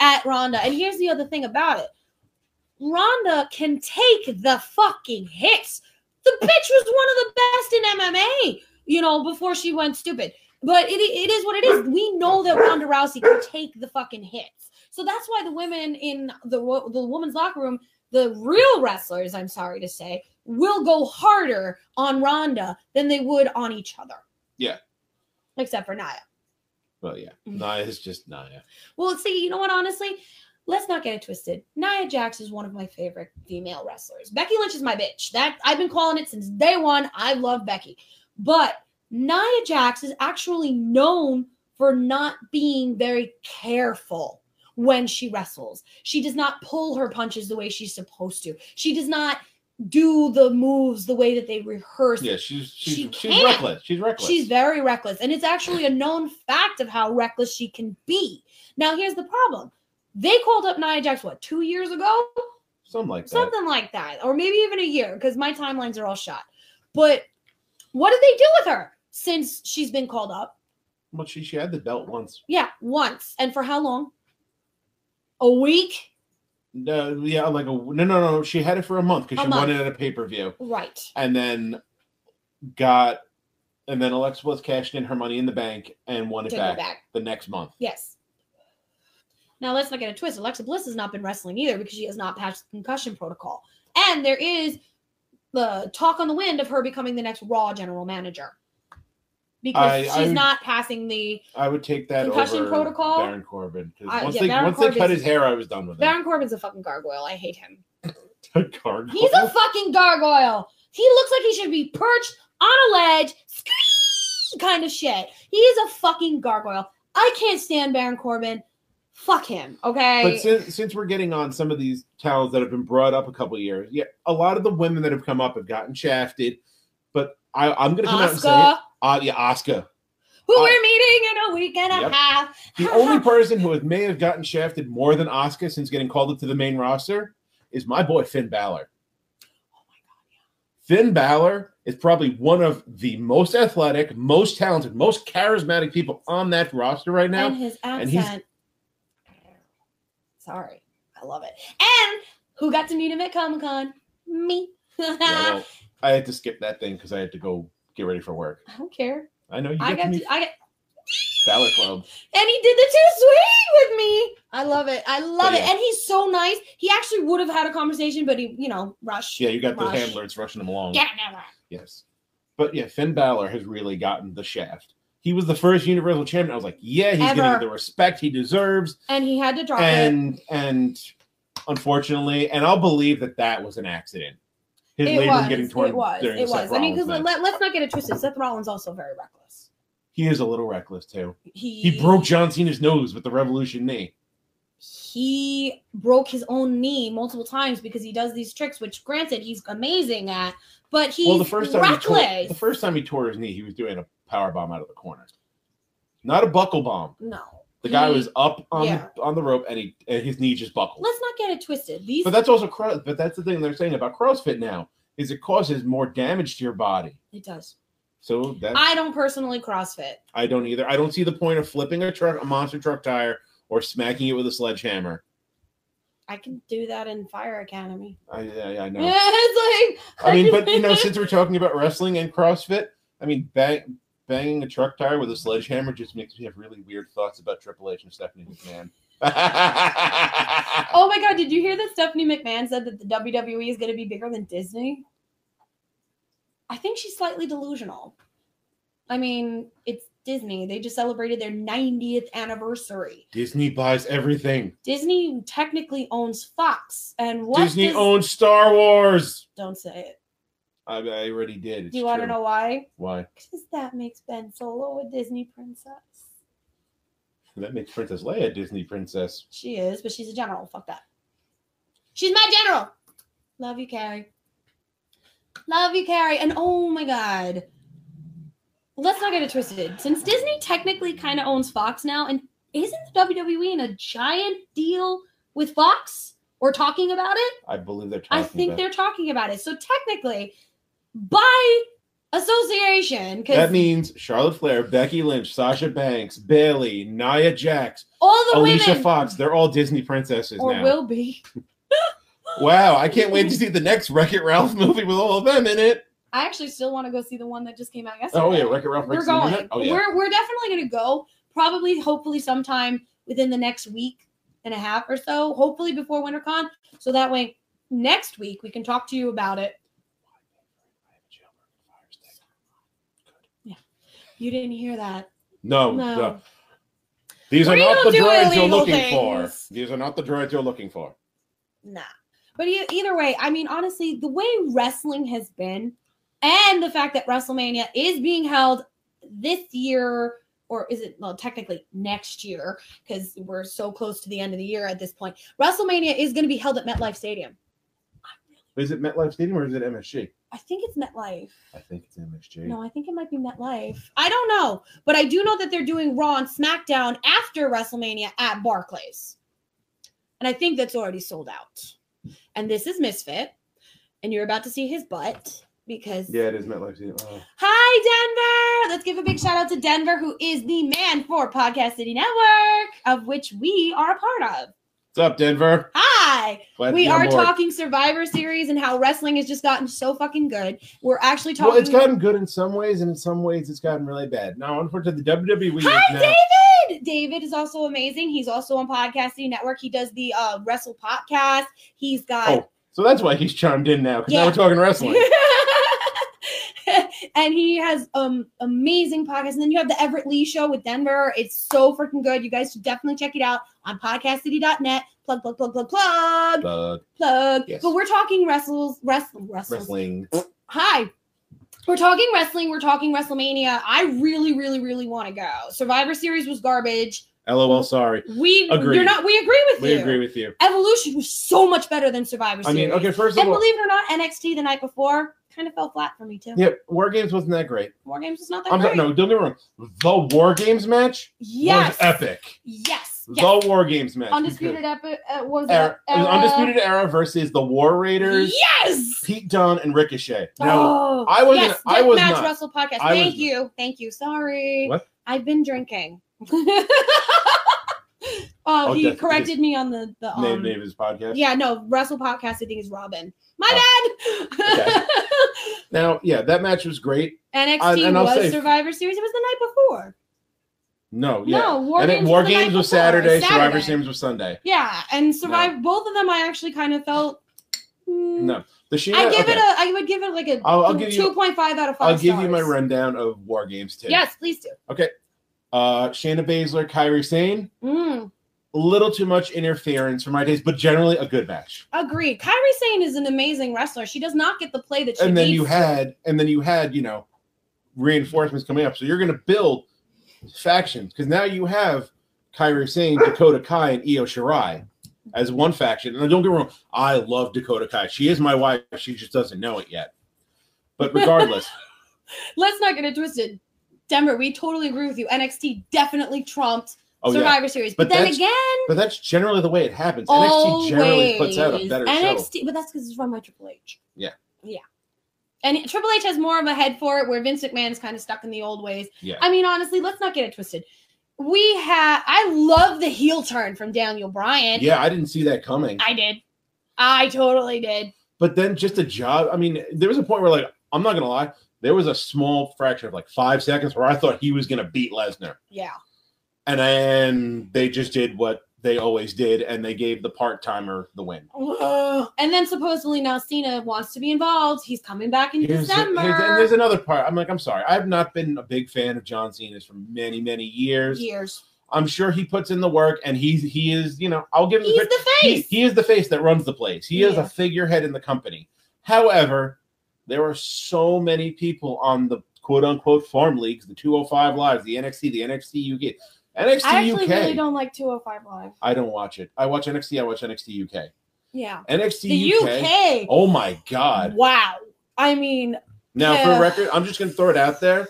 B: at Rhonda. And here's the other thing about it Rhonda can take the fucking hits. The bitch was one of the best in MMA, you know, before she went stupid. But it, it is what it is. We know that Ronda Rousey can take the fucking hits. So that's why the women in the wo- the women's locker room, the real wrestlers, I'm sorry to say, will go harder on Ronda than they would on each other.
C: Yeah.
B: Except for Nia.
C: Well, yeah.
B: Mm.
C: Naya is just Naya.
B: Well, see, you know what? Honestly, let's not get it twisted. Nia Jax is one of my favorite female wrestlers. Becky Lynch is my bitch. That I've been calling it since day one. I love Becky. But Nia Jax is actually known for not being very careful when she wrestles. She does not pull her punches the way she's supposed to. She does not do the moves the way that they rehearse.
C: Yeah, she's she's,
B: She
C: she's
B: can't.
C: reckless. She's reckless.
B: She's very reckless. And it's actually a known fact of how reckless she can be. Now, here's the problem. They called up Nia Jax, what, two years ago?
C: something like that.
B: Something like that. Or maybe even a year, because my timelines are all shot. But what did they do with her since she's been called up?
C: Well, she she had the belt once.
B: Yeah, once. And for how long? A week?
C: No, yeah, like a no, no, no. She had it for a month
B: A
C: because she
B: month.
C: won it at a pay per view,
B: Right.
C: and then got, and then Alexa Bliss cashed in her money in the bank and won it
B: Took
C: back,
B: it back.
C: the next month.
B: Yes. Now let's not get it twisted. Alexa Bliss has not been wrestling either because she has not passed the concussion protocol. And there is the talk on the wind of her becoming the next Raw general manager because
C: I-
B: she's
C: I'm-
B: not passing the.
C: I would take that
B: Concussion
C: over
B: protocol?
C: Baron Corbin. 'Cause
B: I-
C: once
B: yeah,
C: they
B: Baron
C: once they cut
B: Corbin's-
C: his hair, I was done with it.
B: Baron Corbin's a fucking gargoyle. I hate him.
C: Gargoyle.
B: He's a fucking gargoyle. He looks like he should be perched on a ledge, squee- kind of shit. He is a fucking gargoyle. I can't stand Baron Corbin. Fuck him. Okay.
C: But since, since we're getting on some of these towns that have been brought up a couple of years, yeah, a lot of the women that have come up have gotten shafted. But I, I'm going to come out and say,
B: Oscar.
C: it. uh, yeah, Oscar.
B: who
C: I-
B: we're meeting in a week and
C: Yep.
B: a half.
C: The only person who has, may have gotten shafted more than Oscar since getting called up to the main roster is my boy Finn Balor. Finn Balor is probably one of the most athletic, most talented, most charismatic people on that roster right now.
B: and his
C: and he's-
B: accent. Sorry, I love it. And who got to meet him at Comic Con? Me.
C: Yeah, well, I had to skip that thing because I had to go get ready for work.
B: I don't care.
C: I know you
B: I
C: get to
B: got
C: meet
B: to. I got,
C: Balor Club.
B: and he did the too sweet with me. I love it. I love
C: But
B: it.
C: yeah.
B: And he's so nice. He actually would have had a conversation, but he, you know, rushed.
C: Yeah, you got those
B: Rush.
C: handlers rushing them along.
B: Yeah, no, no.
C: Yes. But yeah, Finn Balor has really gotten the shaft. He was the first Universal Champion. I was like, yeah, he's
B: Ever.
C: getting the respect he deserves.
B: And he had to drop it.
C: And and unfortunately, and I'll believe that that was an accident. His
B: It
C: labrum
B: was,
C: getting torn
B: it was.
C: during
B: It
C: the Seth
B: was. I mean,
C: Rollins
B: because
C: match.
B: let, let's not get it twisted. Seth Rollins also very reckless.
C: he is a little reckless too.
B: He
C: He broke John Cena's nose with the Revolution knee.
B: he broke his own knee multiple times because he does these tricks, which granted he's amazing at, but he's
C: well, the first time
B: reckless.
C: He tore, the first time he tore his knee, he was doing a power bomb out of the corner, not a buckle bomb.
B: no,
C: The guy
B: He-
C: was up on
B: yeah.
C: the, on the rope, and he and his knee just buckled.
B: Let's not get it twisted. These
C: But that's also cro- but that's the thing they're saying about CrossFit now is it causes more damage to your body.
B: it does.
C: So that I,
B: I don't personally CrossFit.
C: don't either. I don't see the point of flipping a truck, a monster truck tire, or smacking it with a sledgehammer.
B: I can do that in Fire Academy.
C: I I, I know.
B: Yeah, it's like
C: I mean, but you know, since we're talking about wrestling and CrossFit, I mean, bang, banging a truck tire with a sledgehammer just makes me have really weird thoughts about Triple H and Stephanie McMahon.
B: oh my god, did you hear that Stephanie McMahon said that the WWE is going to be bigger than Disney? I think she's slightly delusional. I mean, it's Disney. They just celebrated their 90th anniversary.
C: Disney buys everything.
B: Disney technically owns Fox, and what
C: Disney
B: does-
C: owns Star Wars.
B: Don't say it.
C: I, I already did. It's
B: Do you want to
C: true.
B: know why?
C: why?
B: Because that makes Ben Solo a Disney princess.
C: That makes Princess Leia a Disney princess.
B: She is, but she's a general. Fuck that. She's my general. Love you, Carrie. Love you, Carrie. And oh my god. Let's not get it twisted. Since Disney technically kind of owns Fox now, and isn't the WWE in a giant deal with Fox or talking about it?
C: I believe they're talking.
B: I think
C: about.
B: they're talking about it. So technically, by association, because
C: That means Charlotte Flair, Becky Lynch, Sasha Banks, Bailey, Nia Jax,
B: all the
C: Alicia
B: women
C: Fox. They're all Disney princesses
B: or
C: now.
B: will be.
C: Wow, I can't wait to see the next Wreck It Ralph movie with all of them in it.
B: I actually still want to go see the one that just came out yesterday.
C: Oh yeah, Wreck It Ralph.
B: we're
C: Breaks the
B: going.
C: Internet? Oh yeah.
B: We're we're definitely going to go. Probably, hopefully, sometime within the next week and a half or so. Hopefully before WinterCon, so that way next week we can talk to you about it. You didn't hear that.
C: No,
B: No.
C: no. These are
B: We
C: not the
B: don't do
C: droids you're
B: illegal
C: looking for.
B: things.
C: These are not the droids you're looking for.
B: Nah. But e- either way, I mean, honestly, the way wrestling has been and the fact that WrestleMania is being held this year, or is it, well, technically next year, because we're so close to the end of the year at this point. WrestleMania is going to be held at MetLife Stadium.
C: Is it MetLife Stadium or is it MSG?
B: I think it's MetLife.
C: I think it's MSG.
B: No, I think it might be MetLife. I don't know, but I do know that they're doing Raw and SmackDown after WrestleMania at Barclays, and I think that's already sold out. And this is Misfit, and you're about to see his butt because
C: Yeah, it is MetLife Stadium. Oh.
B: hi Denver. Let's give a big shout out to Denver, who is the man for Podcast City Network, of which we are a part of.
C: What's up, Denver?
B: Hi.
C: Glad to
B: We
C: be on
B: are
C: board.
B: talking Survivor Series and how wrestling has just gotten so fucking good. We're actually talking.
C: Well, it's gotten good in some ways, and in some ways, it's gotten really bad. Now, unfortunately, the WWE
B: Hi,
C: is now.
B: David. David is also amazing. He's also on Podcasting Network. He does the uh, Wrestle Podcast. He's got.
C: Oh, so that's why he's chimed in now, because
B: Yeah.
C: now we're talking wrestling. Oh,
B: and he has um amazing podcasts. And then you have the Everett Lee Show with Denver. It's so freaking good. You guys should definitely check it out on podcastcity.net. Plug, plug, plug, plug, plug,
C: Uh,
B: plug.
C: Yes.
B: But we're talking wrestles, wrestling, wrestles.
C: wrestling.
B: Hi. We're talking wrestling. We're talking WrestleMania. I really, really, really want to go. Survivor Series was garbage.
C: LOL, sorry.
B: We
C: Agreed.
B: you're not. We agree with
C: We
B: you.
C: agree with you.
B: Evolution was so much better than Survivor
C: I
B: Series.
C: mean, okay, first of
B: And
C: all,
B: believe it or not, NXT the night before kind of fell flat for me too.
C: yeah, War Games wasn't that great.
B: War Games was not that
C: I'm
B: great.
C: sorry, no, don't get me wrong. The War Games match
B: yes.
C: was epic.
B: Yes. Yes.
C: The War Games match. was good.
B: Undisputed epi- uh, was it
C: Era, it was
B: era?
C: Undisputed Era versus the War Raiders,
B: Yes.
C: Pete Dunne, and Ricochet. Now,
B: oh,
C: I wasn't-
B: Yes,
C: I was
B: Deathmatch
C: not.
B: Wrestle podcast.
C: I was
B: Thank
C: not.
B: you. Thank you. Sorry.
C: What?
B: I've been drinking.
C: Oh,
B: oh, he
C: yes, it
B: corrected me on the the um,
C: name, name of his podcast.
B: Yeah, no, Russell podcast. I think is Robin. My bad.
C: Oh. Okay. Now, yeah, that match was great.
B: NXT
C: And- and I'll
B: was
C: say-
B: Survivor Series. It was the night before.
C: No, yeah.
B: No, War
C: and
B: Games,
C: it, War
B: was, the night
C: Games was
B: before,
C: Saturday, Survivor Series was Sunday.
B: Yeah, and Survivor. Both of them, I actually kind of felt. mm,
C: No, the Sheena.
B: I give
C: okay.
B: it a. I would give it like a
C: I'll- I'll give you-
B: two point five out of 5
C: I'll give you my
B: stars.
C: rundown of War Games too.
B: Yes, please do.
C: Uh, Shayna Baszler, Kyrie Sane.
B: Mm,
C: A little too much interference for my taste, but generally a good match.
B: agreed. Kyrie Sane is an amazing wrestler. She does not get the play that she
C: And then
B: needs
C: you
B: to.
C: had, and then you had, you know, reinforcements coming up. So you're going to build factions because now you have Kyrie Sane, Dakota Kai, and Io Shirai as one faction. And don't get me wrong, I love Dakota Kai. She is my wife. She just doesn't know it yet. But regardless,
B: Let's not get it twisted. Denver, we totally agree with you. NXT definitely trumped
C: oh yeah,
B: Survivor Series, but,
C: But
B: then
C: that's-
B: again.
C: but that's generally the way it happens. NXT
B: Always.
C: generally puts out a better show.
B: NXT, but that's because it's run by Triple H.
C: Yeah.
B: Yeah. And Triple H has more of a head for it, where Vince McMahon's kind of stuck in the old ways.
C: Yeah.
B: I mean, honestly, let's not get it twisted. We have, I love the heel turn from Daniel Bryan.
C: Yeah, I didn't see that coming.
B: I did. I totally did.
C: But then just a job. I mean, there was a point where, like, I'm not gonna lie, there was a small fraction of like five seconds where I thought he was gonna beat Lesnar,
B: Yeah.
C: and then they just did what they always did, and they gave the part timer the win.
B: And then supposedly now Cena wants to be involved. He's coming back in
C: Here's,
B: December.
C: here's- and here's another part. I'm like, I'm sorry, I've not been a big fan of John Cena's for many, many years.
B: years.
C: I'm sure he puts in the work, and he's he is, you know, I'll give him
B: He's
C: the, credit.
B: the face.
C: He, he is the face that runs the place. He is
B: Yeah.
C: a figurehead in the company. However, there are so many people on the quote unquote farm leagues, the 205 lives, the NXT, the NXT UK. NXT
B: I actually
C: UK.
B: really don't like 205 Live.
C: I don't watch it. I watch NXT, I watch NXT UK.
B: Yeah.
C: NXT
B: The UK.
C: Oh my god.
B: Wow. I mean,
C: Now
B: Yeah.
C: for record, I'm just gonna throw it out there.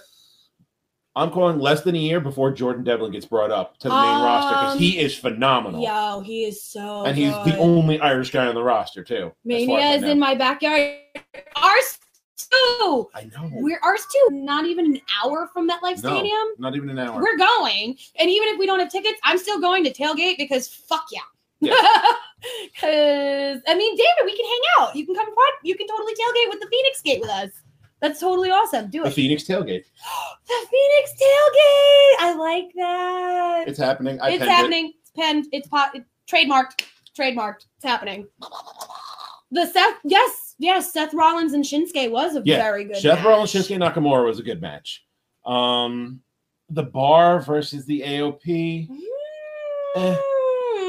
C: I'm calling less than a year before Jordan Devlin gets brought up to the main roster because
B: Um,
C: he is phenomenal.
B: yo, he is so.
C: and he's
B: good.
C: the only Irish guy on the roster too. as far as
B: Mania
C: I
B: is
C: know.
B: in my backyard. Ours too.
C: I know.
B: We're ours too. Not even an hour from MetLife
C: No.
B: Stadium.
C: Not even an hour.
B: We're going, and even if we don't have tickets, I'm still going to tailgate because fuck yeah.
C: Yeah.
B: Because I mean, David, we can hang out. You can come. Pod, you can totally tailgate with the Phoenix Gate with us. That's totally awesome. Do
C: the
B: it.
C: Phoenix tailgate.
B: The Phoenix tailgate. I like that.
C: It's happening. I
B: it's
C: penned It.
B: happening. It's penned. It's pot. It's trademarked. Trademarked. It's happening. The Seth. Yes. Yes. Seth Rollins and Shinsuke was a
C: Yeah,
B: very good.
C: Seth
B: match.
C: Rollins, Shinsuke Nakamura was a good match. Um, the Bar versus the AOP.
B: Mm,
C: Eh.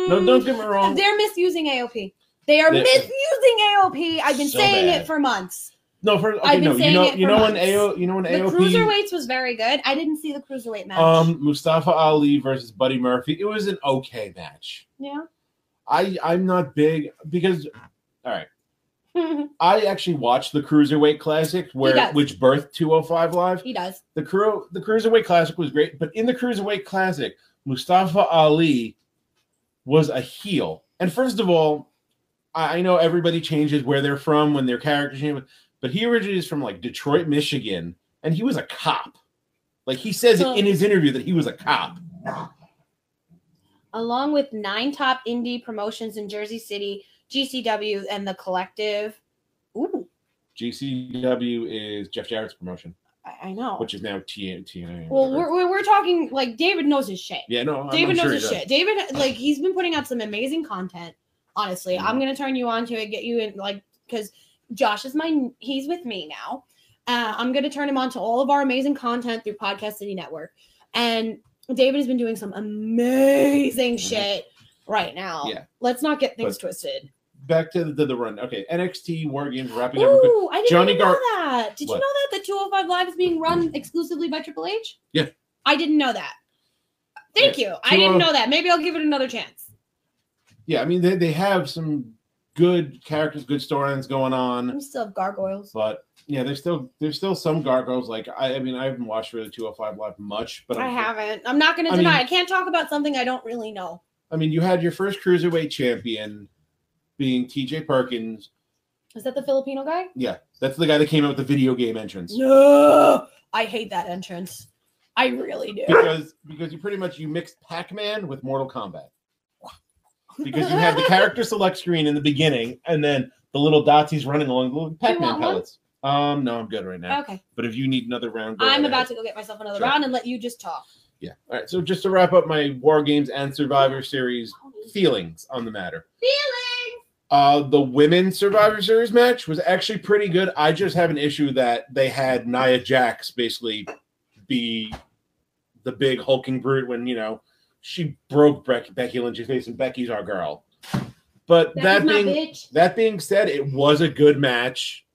C: No, don't get me wrong.
B: They're misusing AOP. They are
C: They-
B: misusing AOP. I've been
C: So
B: saying
C: bad.
B: it for months.
C: No, for okay,
B: I've been
C: no, you
B: saying
C: know,
B: it
C: you
B: for
C: know when
B: months.
C: AO, you know when
B: The
C: AOP,
B: cruiserweights was very good. I didn't see the cruiserweight match.
C: um, Mustafa Ali versus Buddy Murphy. It was an okay match.
B: yeah.
C: I I'm not big because I actually watched the Cruiserweight Classic, where
B: does.
C: which birthed 205 Live.
B: he does.
C: The crew, the Cruiserweight Classic was great, but in the Cruiserweight Classic, Mustafa Ali was a heel. And first of all, I, I know everybody changes where they're from when their characters change, but he originally is from like Detroit, Michigan, and he was a cop. Like he says it in his interview that he was a cop.
B: along with nine top indie promotions in Jersey City, GCW, and the Collective. Ooh,
C: GCW is Jeff Jarrett's promotion,
B: I, I know.
C: which is now TN- TNA.
B: well,
C: whatever.
B: we're, we're we're talking like David knows his shit.
C: yeah, no, I'm-
B: David
C: I'm sure
B: knows
C: he
B: his
C: does.
B: shit. David like he's been putting out some amazing content. Honestly,
C: Mm-hmm.
B: I'm gonna turn you on to it, get you in like because Josh is my he's with me now. Uh, I'm gonna turn him on to all of our amazing content through Podcast City Network, and David has been doing some amazing shit right now.
C: Yeah.
B: let's not get things
C: But-
B: twisted.
C: Back to the, to the run. Okay, NXT War Games wrapping up. real quick.
B: Ooh, I didn't
C: Johnny
B: even know
C: Gar-
B: that. Did
C: What? Mm-hmm.
B: you know that the 205 Live is being run exclusively by Triple H?
C: Yeah.
B: I didn't know that. Thank you. I
C: Two oh
B: didn't
C: of-
B: know that. Maybe I'll give it another chance.
C: Yeah, I mean they, they have some good characters, good storylines going on,
B: We still have gargoyles.
C: but yeah, there's still there's still some gargoyles. Like I, I mean, I haven't watched really 205 Live much, but
B: I
C: I'm-
B: haven't. I'm not going
C: I
B: to deny.
C: mean-
B: I can't talk about something I don't really know.
C: I mean, you had your first cruiserweight champion being T.J. Perkins.
B: Is that the Filipino guy?
C: Yeah, that's the guy that came out with the video game entrance
B: No. I hate that entrance. I really do.
C: because because you pretty much you mixed Pac-Man with Mortal Kombat because you had the character select screen in the beginning and then the little dotsies running along the little Pac-Man
B: want one?
C: pellets. Um, no, I'm good right now.
B: okay.
C: But if you need another round, go
B: I'm
C: right
B: about
C: ahead.
B: to go get myself another
C: uh, Sure.
B: round and let you just talk.
C: Yeah. All right. So just to wrap up my War Games and Survivor Series feelings on the matter.
B: Feeling.
C: Uh, the women's Survivor Series match was actually pretty good. I just have an issue that they had Nia Jax basically be the big hulking brute when you know she broke Bec- Becky Lynch's face, and Becky's our girl. But
B: That,
C: that
B: was my
C: being
B: bitch.
C: that being said, it was a good match.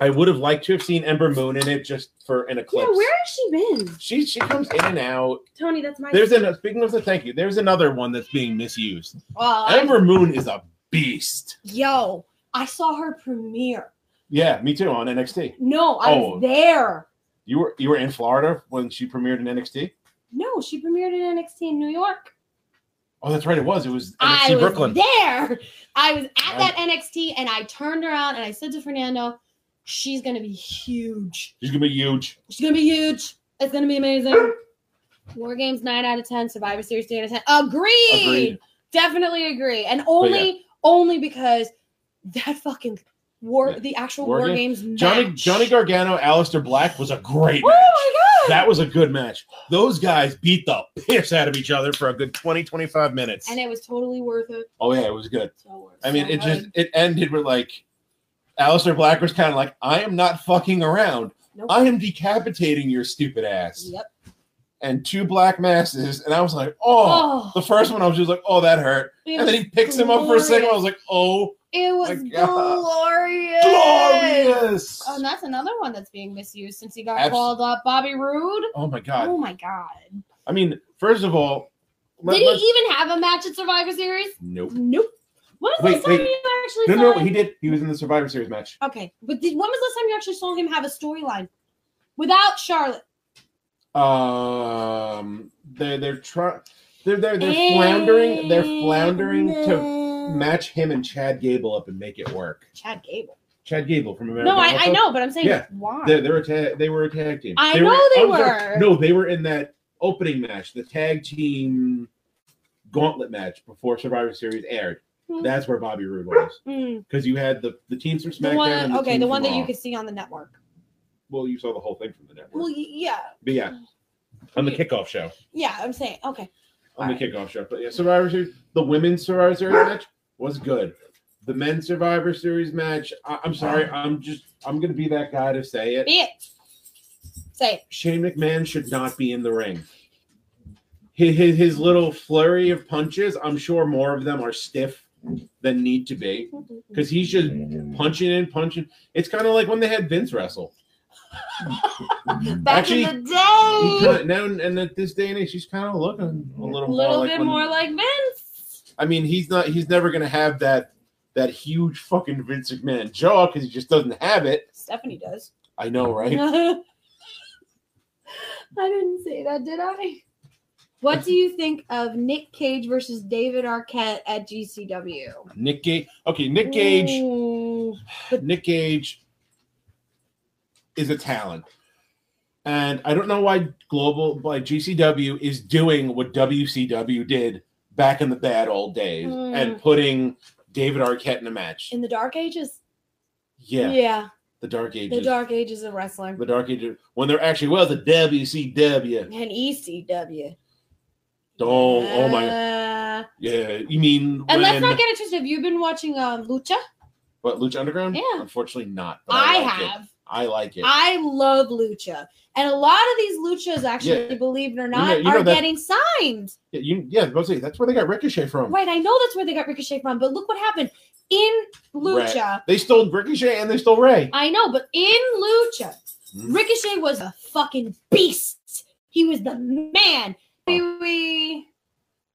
C: I would have liked to have seen Ember Moon in it just for an
B: Yeah,
C: eclipse.
B: where has she been?
C: she she comes in and out.
B: Tony, that's my
C: There's an speaking of the thank you. There's another one that's being misused.
B: Well, Oh, I-
C: Amber Moon is a beast.
B: Yo, I saw her premiere.
C: Yeah, me too on NXT.
B: No, I
C: Oh.
B: was there.
C: You were you were in Florida when she premiered in NXT.
B: No, she premiered in NXT in New York.
C: Oh, that's right. It was. It was NXT
B: I was
C: Brooklyn.
B: there. I was at
C: Wow.
B: that NXT and I turned around and I said to Fernando, she's going to be huge.
C: She's gonna be huge.
B: She's going to be huge. It's going to be amazing. War Games 9 out of 10, Survivor Series 3 out of 10. Agreed.
C: Agreed.
B: Definitely agree. And only only because that fucking war
C: Yeah.
B: the actual
C: War
B: War, Games
C: Johnny
B: match.
C: Johnny Gargano, Alistair Black was a great
B: Oh
C: match.
B: my god.
C: That was a good match. Those guys beat the piss out of each other for a good 20, 25 minutes.
B: and it was totally worth it.
C: oh yeah, it was good.
B: So worth
C: I mean,
B: so
C: it
B: good.
C: just it ended with like Alistair Black was kind of like, I am not fucking around.
B: Nope.
C: I am decapitating your stupid ass.
B: Yep.
C: And two black masses, and I was like, oh.
B: Oh,
C: The first one, I was just like, oh, that hurt.
B: it
C: And then
B: was
C: he picks him up for a second. I was
B: glorious.
C: like, oh,
B: It was
C: my God.
B: glorious.
C: glorious.
B: Oh, and that's another one that's being misused since he got
C: Abs-
B: called up Bobby Roode.
C: Oh my god.
B: Oh my god.
C: I mean, first of all, let-
B: Did he
C: let's-
B: even have a match at Survivor Series?
C: nope.
B: Nope. When was
C: Wait,
B: the last
C: wait.
B: time you actually
C: No,
B: saw
C: no,
B: him?
C: he did. He was in the Survivor Series match.
B: Okay. But did, when was the last time you actually saw him have a storyline? Without Charlotte.
C: Um, they're they're trying. They're, they're, they're floundering. They're floundering to match him and Chad Gable up and make it work.
B: Chad Gable.
C: Chad Gable from America.
B: No, I, I
C: Alpha.
B: know, but I'm saying
C: Yeah.
B: why?
C: They, they were a tag, they were a tag team.
B: I know they
C: I'm sorry,
B: were.
C: No, they were in that opening match, the tag team gauntlet match before Survivor Series aired.
B: Hmm.
C: That's where Bobby Roode was
B: Mm,
C: because you had the the teams from SmackDown.
B: the one,
C: and the
B: okay,
C: team
B: the
C: from
B: one that you
C: Raw.
B: could see on the network.
C: Well, you saw the whole thing from the network.
B: Well, y- yeah,
C: but yeah, on the kickoff show,
B: yeah. I'm saying okay.
C: on the kickoff show. But yeah, Survivor Series, the women's Survivor Series match was good. The men's Survivor Series match, I, I'm sorry, I'm just I'm gonna be that guy to say it.
B: Be it. Say it.
C: Shane McMahon should not be in the ring. his, his, his little flurry of punches, I'm sure more of them are stiff than need to be because he's just punching and punching. It's kind of like when they had Vince wrestle.
B: Back
C: Actually,
B: in the
C: He
B: day,
C: kinda- now and at this day and age, he's kind of looking a little,
B: a little
C: more like
B: bit
C: when-
B: more like Vince.
C: I mean, he's not. He's never gonna have that that huge fucking Vince McMahon jaw because he just doesn't have it.
B: Stephanie does.
C: I know, right?
B: I didn't say that, did I? What do you think of Nick Cage versus David Arquette at GCW?
C: Nick Gage. Okay, Nick Gage.
B: Ooh.
C: Nick Gage is a talent. And I don't know why global like GCW is doing what WCW did back in the bad old days
B: Mm.
C: and putting David Arquette in a match.
B: In the Dark Ages?
C: Yeah,
B: yeah.
C: the Dark Ages.
B: The Dark Ages of wrestling.
C: The Dark Ages when there actually was a WCW.
B: And E ECW.
C: Oh, oh my
B: Uh,
C: god. Yeah, you mean
B: and let's
C: when
B: not get it twisted. Have you been watching um, Lucha?
C: what Lucha Underground?
B: Yeah.
C: Unfortunately not. but
B: Oh, I,
C: like it.
B: have.
C: I like it.
B: I love Lucha. And a lot of these Luchas, actually,
C: Yeah.
B: believe it or
C: know-
B: not,
C: you know
B: are
C: that-
B: getting signed.
C: yeah, you, yeah, I was about to say, that's where they got Ricochet from.
B: Right. I know that's where they got Ricochet from, but look what happened. In Lucha,
C: They stole Ricochet and they stole Ray.
B: I know, but in Lucha,
C: Mhm.
B: Ricochet was a fucking beast. He was the man. We,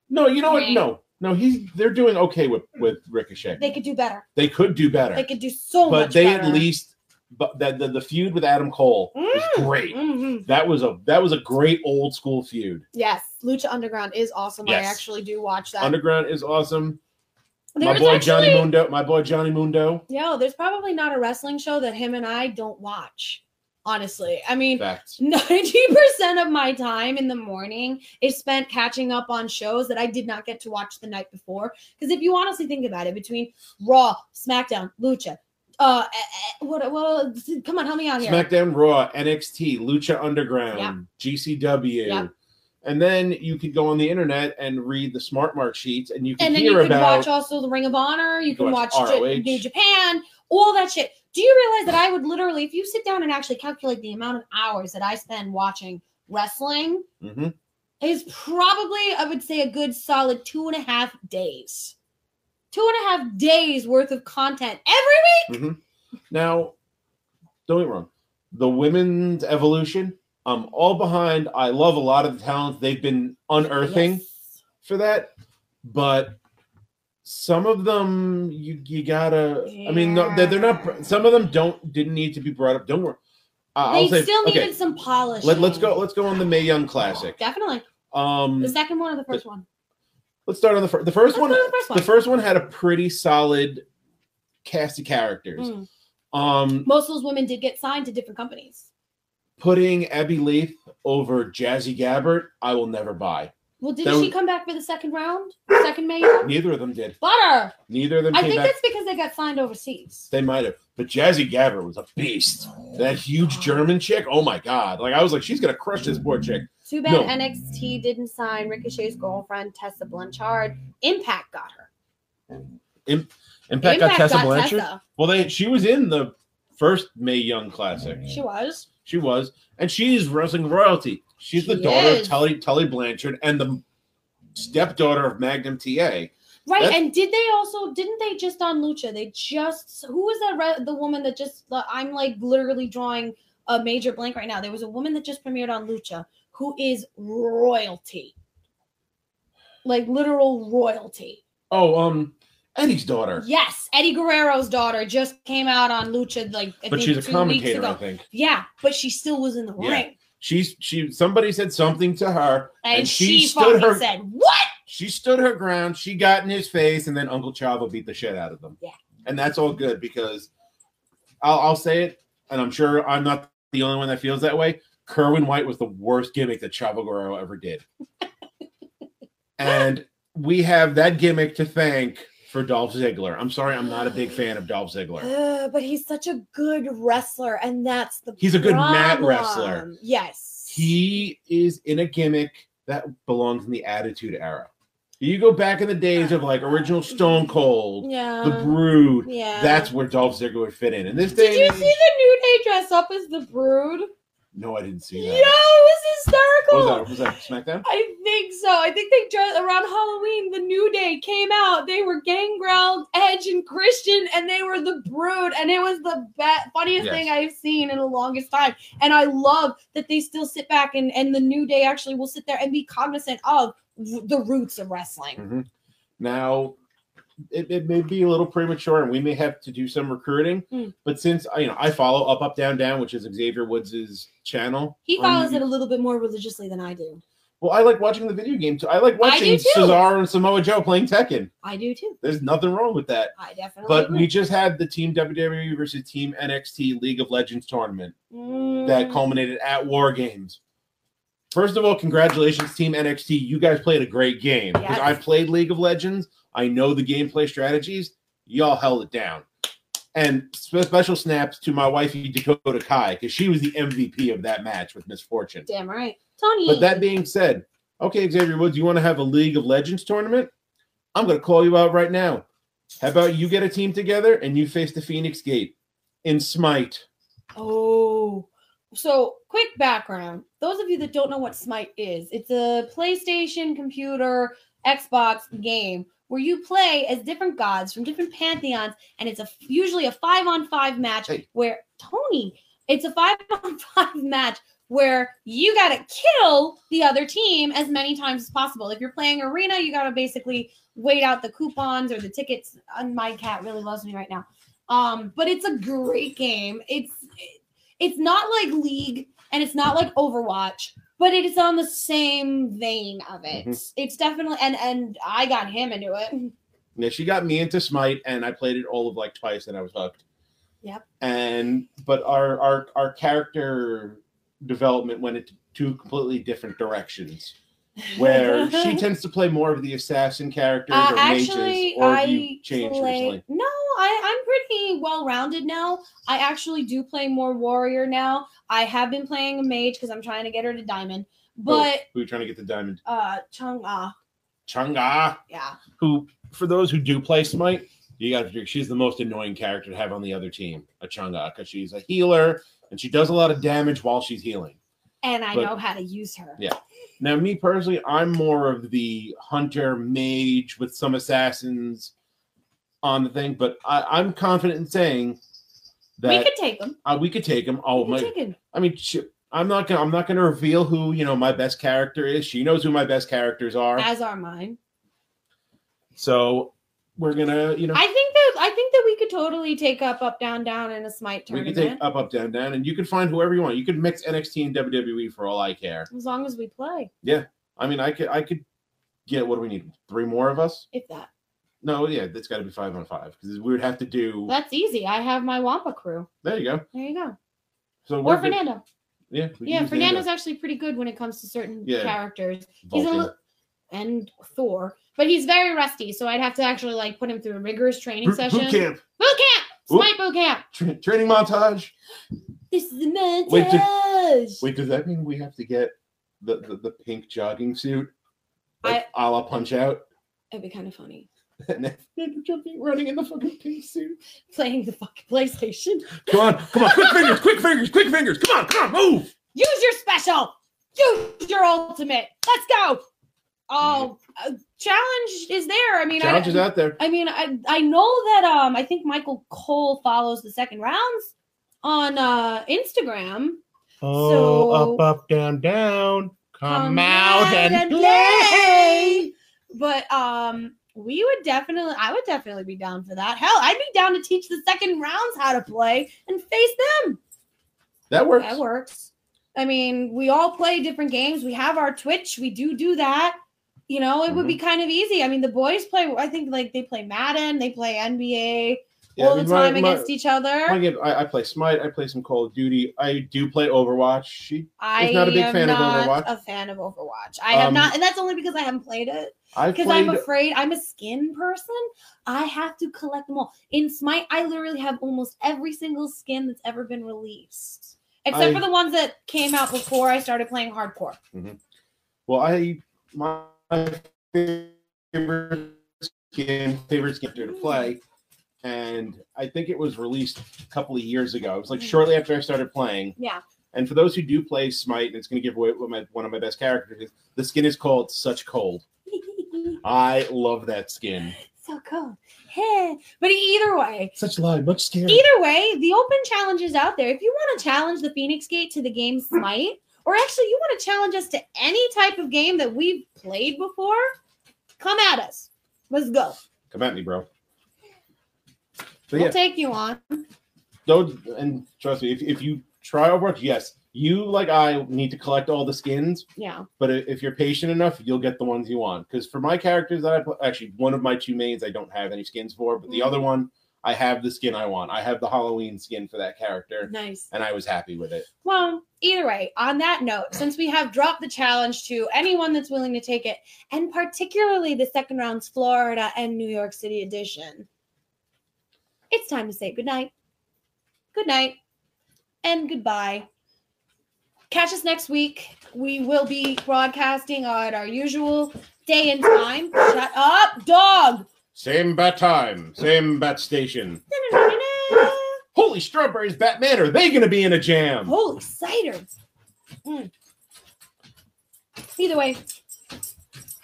C: No, you know what?
B: Right.
C: No, no, he's they're doing okay with with Ricochet.
B: they could do better.
C: They could do better,
B: They could do so
C: but
B: much
C: they
B: better.
C: at least, but that the, the feud with Adam Cole was great.
B: Mhm.
C: That was a that was a great old school feud.
B: Yes, Lucha Underground is awesome. I
C: Yes.
B: actually do watch that.
C: Underground is awesome.
B: There
C: my
B: is
C: boy Johnny
B: actually-
C: Mundo, my boy Johnny Mundo.
B: No, there's probably not a wrestling show that him and I don't watch. Honestly, I mean,
C: Facts.
B: 90% of my time in the morning is spent catching up on shows that I did not get to watch the night before. Because if you honestly think about it, between Raw, SmackDown, Lucha, uh, eh, eh, what, well, come on, help me out here.
C: SmackDown, Raw, NXT, Lucha Underground,
B: Yeah.
C: GCW.
B: Yeah.
C: And then you could go on the internet and read the smart mark sheets and you can
B: and then
C: hear
B: you could
C: about
B: watch also the Ring of Honor. You can watch, J-
C: ROH.
B: New Japan, all that shit. Do you realize that I would literally, if you sit down and actually calculate the amount of hours that I spend watching wrestling,
C: Mhm.
B: is probably, I would say, a good solid two and a half days. Two and a half days worth of content every week.
C: Now, don't get me wrong. The women's evolution, I'm all behind. I love a lot of the talent they've been unearthing
B: Yes.
C: for that, but some of them you you gotta. I mean, no, they're, they're not. br- Some of them don't didn't need to be brought up. Don't worry. I- I'll
B: They
C: say
B: still
C: okay.
B: needed some polish.
C: Let, let's go. Let's go on the May Young Classic.
B: Definitely.
C: Um,
B: The second one or the first one?
C: let's start on the fir- the first
B: Let's
C: one.
B: go to the first one.
C: The first one had a pretty solid cast of characters.
B: Mm.
C: Um,
B: Most of those women did get signed to different companies.
C: putting Abby Leaf over Jazzy Gabbert, I will never buy.
B: Well, did
C: That
B: she
C: was-
B: come back for the second round? Second mayor?
C: Neither of them did.
B: Butter.
C: Neither of them
B: I
C: came
B: think
C: back.
B: that's because they got signed overseas.
C: They might have. But Jazzy Gabbert was a beast. That huge German chick. Oh my god! Like I was like, she's gonna crush this poor chick.
B: Too bad
C: No.
B: NXT didn't sign Ricochet's girlfriend Tessa Blanchard. Impact got her.
C: Impact got
B: Impact
C: Tessa Blanchard. Well, they she was in the first May Young Classic.
B: She was.
C: She was, and she's wrestling royalty. She's the
B: She
C: daughter
B: is.
C: of Tully Tully Blanchard and the stepdaughter of Magnum TA.
B: Right,
C: That's-
B: and did they also didn't they just on Lucha? They just who was that re- the woman that just the, I'm like literally drawing a major blank right now. There was a woman that just premiered on Lucha who is royalty. Like literal royalty.
C: Oh, um, Eddie's daughter.
B: Yes, Eddie Guerrero's daughter just came out on Lucha like I
C: but
B: think
C: she's a
B: two
C: commentator,
B: weeks
C: I
B: ago.
C: think.
B: Yeah, but she still was in the
C: Yeah.
B: ring,
C: she's she somebody said something to her
B: and,
C: And she
B: she,
C: stood
B: fucking
C: her-
B: said, "What?"
C: she stood her ground she got in his face and then uncle chavo beat the shit out of them
B: Yeah.
C: and that's all good because i'll, I'll say it and i'm sure i'm not the only one that feels that way kerwin white was the worst gimmick that chavo guerrero ever did and we have that gimmick to thank for dolph ziggler i'm sorry i'm not a big fan of dolph ziggler
B: Ugh, but he's such a good wrestler, and that's the
C: He's a good mat
B: problem.
C: wrestler.
B: Yes,
C: he is in a gimmick that belongs in the attitude era you go back in the days of like original stone cold
B: yeah,
C: the brood.
B: yeah.
C: That's where Dolph Ziggler would fit in. In this day,
B: Did you
C: and
B: see the
C: age-
B: New Day dress up as the Brood?
C: No, I didn't see
B: Yo,
C: that.
B: it was hysterical.
C: What was that? Was that SmackDown?
B: I think so. I think they dressed around Halloween. The New Day came out. They were Gangrel, Edge, and Christian, and they were the Brood, and it was the be- funniest
C: Yes.
B: thing I've seen in the longest time. And I love that they still sit back and and the New Day actually will sit there and be cognizant of w- the roots of wrestling.
C: Mhm. Now, it, it may be a little premature, and we may have to do some recruiting.
B: Mm.
C: But since I- you know, I follow Up Up Down Down, which is Xavier Woods' channel.
B: He
C: on
B: follows
C: YouTube.
B: it a little bit more religiously than I do.
C: Well, I like watching the video game too. I like watching
B: do, too.
C: Cesaro and Samoa Joe playing Tekken.
B: I do too.
C: There's nothing wrong with that.
B: I definitely.
C: But
B: agree.
C: we just had the Team WWE versus Team NXT League of Legends tournament that
B: Mm.
C: culminated at War Games. First of all, congratulations, Team NXT. You guys played a great game. 'Cause
B: Yes.
C: I played League of Legends. I know the gameplay strategies. Y'all held it down. And spe- special snaps to my wifey, Dakota Kai, because she was the MVP of that match with Misfortune.
B: Damn right, Tony.
C: But that being said, okay, Xavier Woods, you want to have a League of Legends tournament? I'm going to call you out right now. How about you get a team together and you face the Phoenix Gate in Smite?
B: Oh, so quick background. Those of you that don't know what Smite is, it's a PlayStation, computer, Xbox game where you play as different gods from different pantheons, and it's a usually a five on five match
C: Hey.
B: where Tony, it's a five on five match where you gotta kill the other team as many times as possible. If you're playing arena, you gotta basically wait out the coupons or the tickets. And My cat really loves me right now. Um, but it's a great game. It's it's not like League and it's not like Overwatch, but it is on the same vein of
C: Mm-hmm.
B: it. It's definitely and and I got him into it.
C: Now, she got me into Smite and I played it all of like twice and I was hooked.
B: Yep.
C: And, but our, our, our character development went into two completely different directions where she tends to play more of the assassin characters
B: Uh,
C: or mages.
B: actually,
C: Or have
B: I
C: you changed
B: play.
C: recently?
B: No, I, I'm pretty well rounded now. I actually do play more warrior now. I have been playing a mage because I'm trying to get her to diamond.
C: Oh.
B: But
C: Who are you trying to get the diamond?
B: uh, Chung Ah,
C: Chunga.
B: yeah,
C: who, for those who do play Smite, you got to figure she's the most annoying character to have on the other team, Achanga, because she's a healer and she does a lot of damage while she's healing.
B: and I
C: But-
B: know how to use her.
C: Yeah. Now, me personally, I'm more of the hunter mage with some assassins on the thing, but I, I'm confident in saying
B: we
C: that
B: could take them.
C: uh, we could take him. Oh
B: we
C: my!
B: could take 'em.
C: I mean, sh I'm not gonna. I'm not gonna reveal who you know my best character is. She knows who my best characters are.
B: as are mine.
C: So we're gonna, you know,
B: I think that I think that we could totally take up, up, down, down in a smite
C: We can
B: tournament
C: take up, up, down, down, and you can find whoever you want. You could mix NXT and WWE for all I care.
B: as long as we play.
C: I mean, I could, I could get what do we need? Three more of us?
B: If that
C: No, yeah, that's got to be five on five because we would have to do.
B: that's easy. I have my Wampa crew.
C: There you go.
B: There you go.
C: So
B: Or
C: we're good.
B: Fernando.
C: Yeah, we can
B: Yeah,
C: use Nando.
B: Fernando's actually pretty good when it comes to certain
C: Yeah.
B: characters. He's a
C: Vulcan.
B: little and Thor, but he's very rusty, so I'd have to actually like put him through a rigorous training
C: Boot-
B: session.
C: boot camp,
B: Boot camp!
C: Boot-
B: Smite boot camp.
C: tra- training montage.
B: This is the
C: Wait, did-
B: montage.
C: Wait, does that mean we have to get the the, the pink jogging suit, like a la Punch Out,
B: It'd be kind of funny
C: and then Fernando jumping, running in the fucking pink suit?
B: playing the fucking PlayStation.
C: Come on, come on, quick fingers, quick fingers, quick fingers. Come on, come on, move.
B: Use your special. Use your ultimate. Let's go. Oh, uh, challenge is there. I mean,
C: Challenge is
B: I,
C: out there.
B: I mean, I I know that um I think Michael Cole follows the second rounds on uh Instagram.
E: Oh,
B: So-
E: up, up, down, down. Come,
B: Um,
E: out, and
B: play. But um, we would definitely, I would definitely be down for that. Hell, I'd be down to teach the second rounds how to play and face them.
C: That works.
B: That works. I mean, we all play different games. We have our Twitch. We do do that. You know, it would be
C: Mm-hmm.
B: kind of easy. I mean, the boys play. I think like they play Madden. They play NBA
C: Yeah, I
B: all
C: mean,
B: the
C: my-
B: time
C: my-
B: against each other.
C: My game, I, I play Smite. I play some Call of Duty. I do play Overwatch. She,
B: I
C: not a big
B: am
C: fan of
B: not
C: Overwatch.
B: a fan of Overwatch. I have
C: Um,
B: not, and that's only because I haven't played it.
C: I
B: because I'm
C: played.
B: afraid I'm a skin person. I have to collect them all. In Smite, I literally have almost every single skin that's ever been released, except
C: I-
B: for the ones that came out before I started playing hardcore.
C: well, I my favorite game, favorite game to play, Hmm. and I think it was released a couple of years ago. It was like shortly after I started playing,
B: Yeah,
C: And for those who do play Smite, and it's going to give away what my, one of my best characters is, the skin is called Such Cold. I love that skin.
B: so cool. Heh. but either way,
C: Such live, much scary.
B: either way, the open challenge is out there. If you want to challenge the Phoenix Gate to the game Smite, or actually you want to challenge us to any type of game that we've played before, come at us. Let's go.
C: Come at me, bro. But
B: We'll
C: yeah,
B: take you on.
C: don't and trust me, if, if you try Overwatch, yes, you like I need to collect all the skins,
B: Yeah.
C: but i- if you're patient enough, you'll get the ones you want. Because for my characters that I pl- actually one of my two mains I don't have any skins for, but the
B: Mm.
C: other one I have the skin I want. I have the Halloween skin for that character,
D: Nice.
C: and I was happy with it.
B: Well, either way, on that note, since we have dropped the challenge to anyone that's willing to take it, and particularly the second round's Florida and New York City edition, it's time to say goodnight. Good night and goodbye. Catch us next week. We will be broadcasting at our usual day and time. Shut up, dog!
C: Same bat time, same bat station. Holy strawberries, Batman! Are they going to be in a jam?
B: Holy cider. Mm. Either way,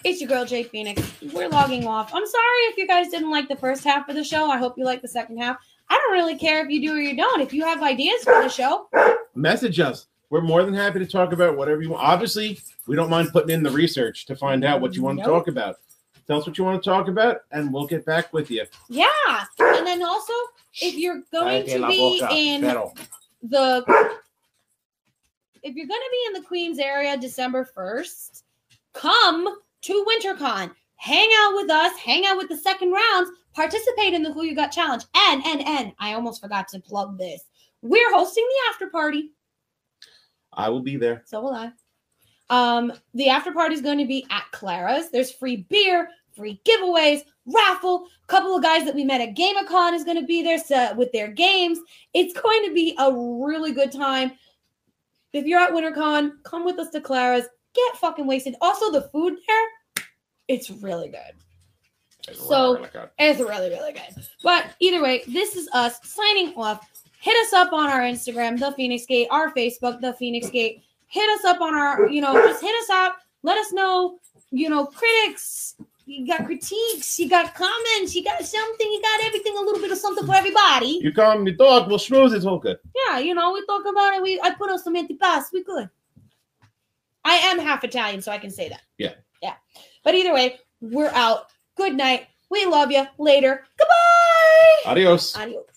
B: it's your girl Jay Phoenix. We're logging off. I'm sorry if you guys didn't like the first half of the show. I hope you like the second half. I don't really care if you do or you don't. If you have ideas for the show,
C: message us. We're more than happy to talk about whatever you want. Obviously, we don't mind putting in the research to find out what you want
B: Nope.
C: to talk about. Tell us what you want to talk about, and we'll get back with you.
B: yeah. And then also, if you're going to be in the if you're going to be in the Queens area December 1st, come to WinterCon. Hang out with us, hang out with the second rounds, participate in the Who You Got Challenge. And and and I almost forgot to plug this. We're hosting the after party.
C: I will be there.
B: So will I. Um, the after party is going to be at Clara's. There's free beer, free giveaways, raffle. A couple of guys that we met at GameCon is going to be there so, with their games. It's going to be a really good time. If you're at WinterCon, come with us to Clara's. Get fucking wasted. Also, the food there, it's really good. So- It's really, really good. But either way, this is us signing off. Hit us up on our Instagram, The Phoenix Gate, our Facebook, The Phoenix Gate. Hit us up on our, you know, just hit us up. Let us know, you know, critics. You got critiques, you got comments, you got something, you got everything, a little bit of something for everybody.
C: you call me dog, we'll schmooze. It's all good.
B: Yeah, you know, we talk about it. We I put on some antipasto. We good. I am half Italian, so I can say that.
C: Yeah.
B: Yeah. But either way, we're out. Good night. We love you. Later. Goodbye.
C: Adios.
B: Adios.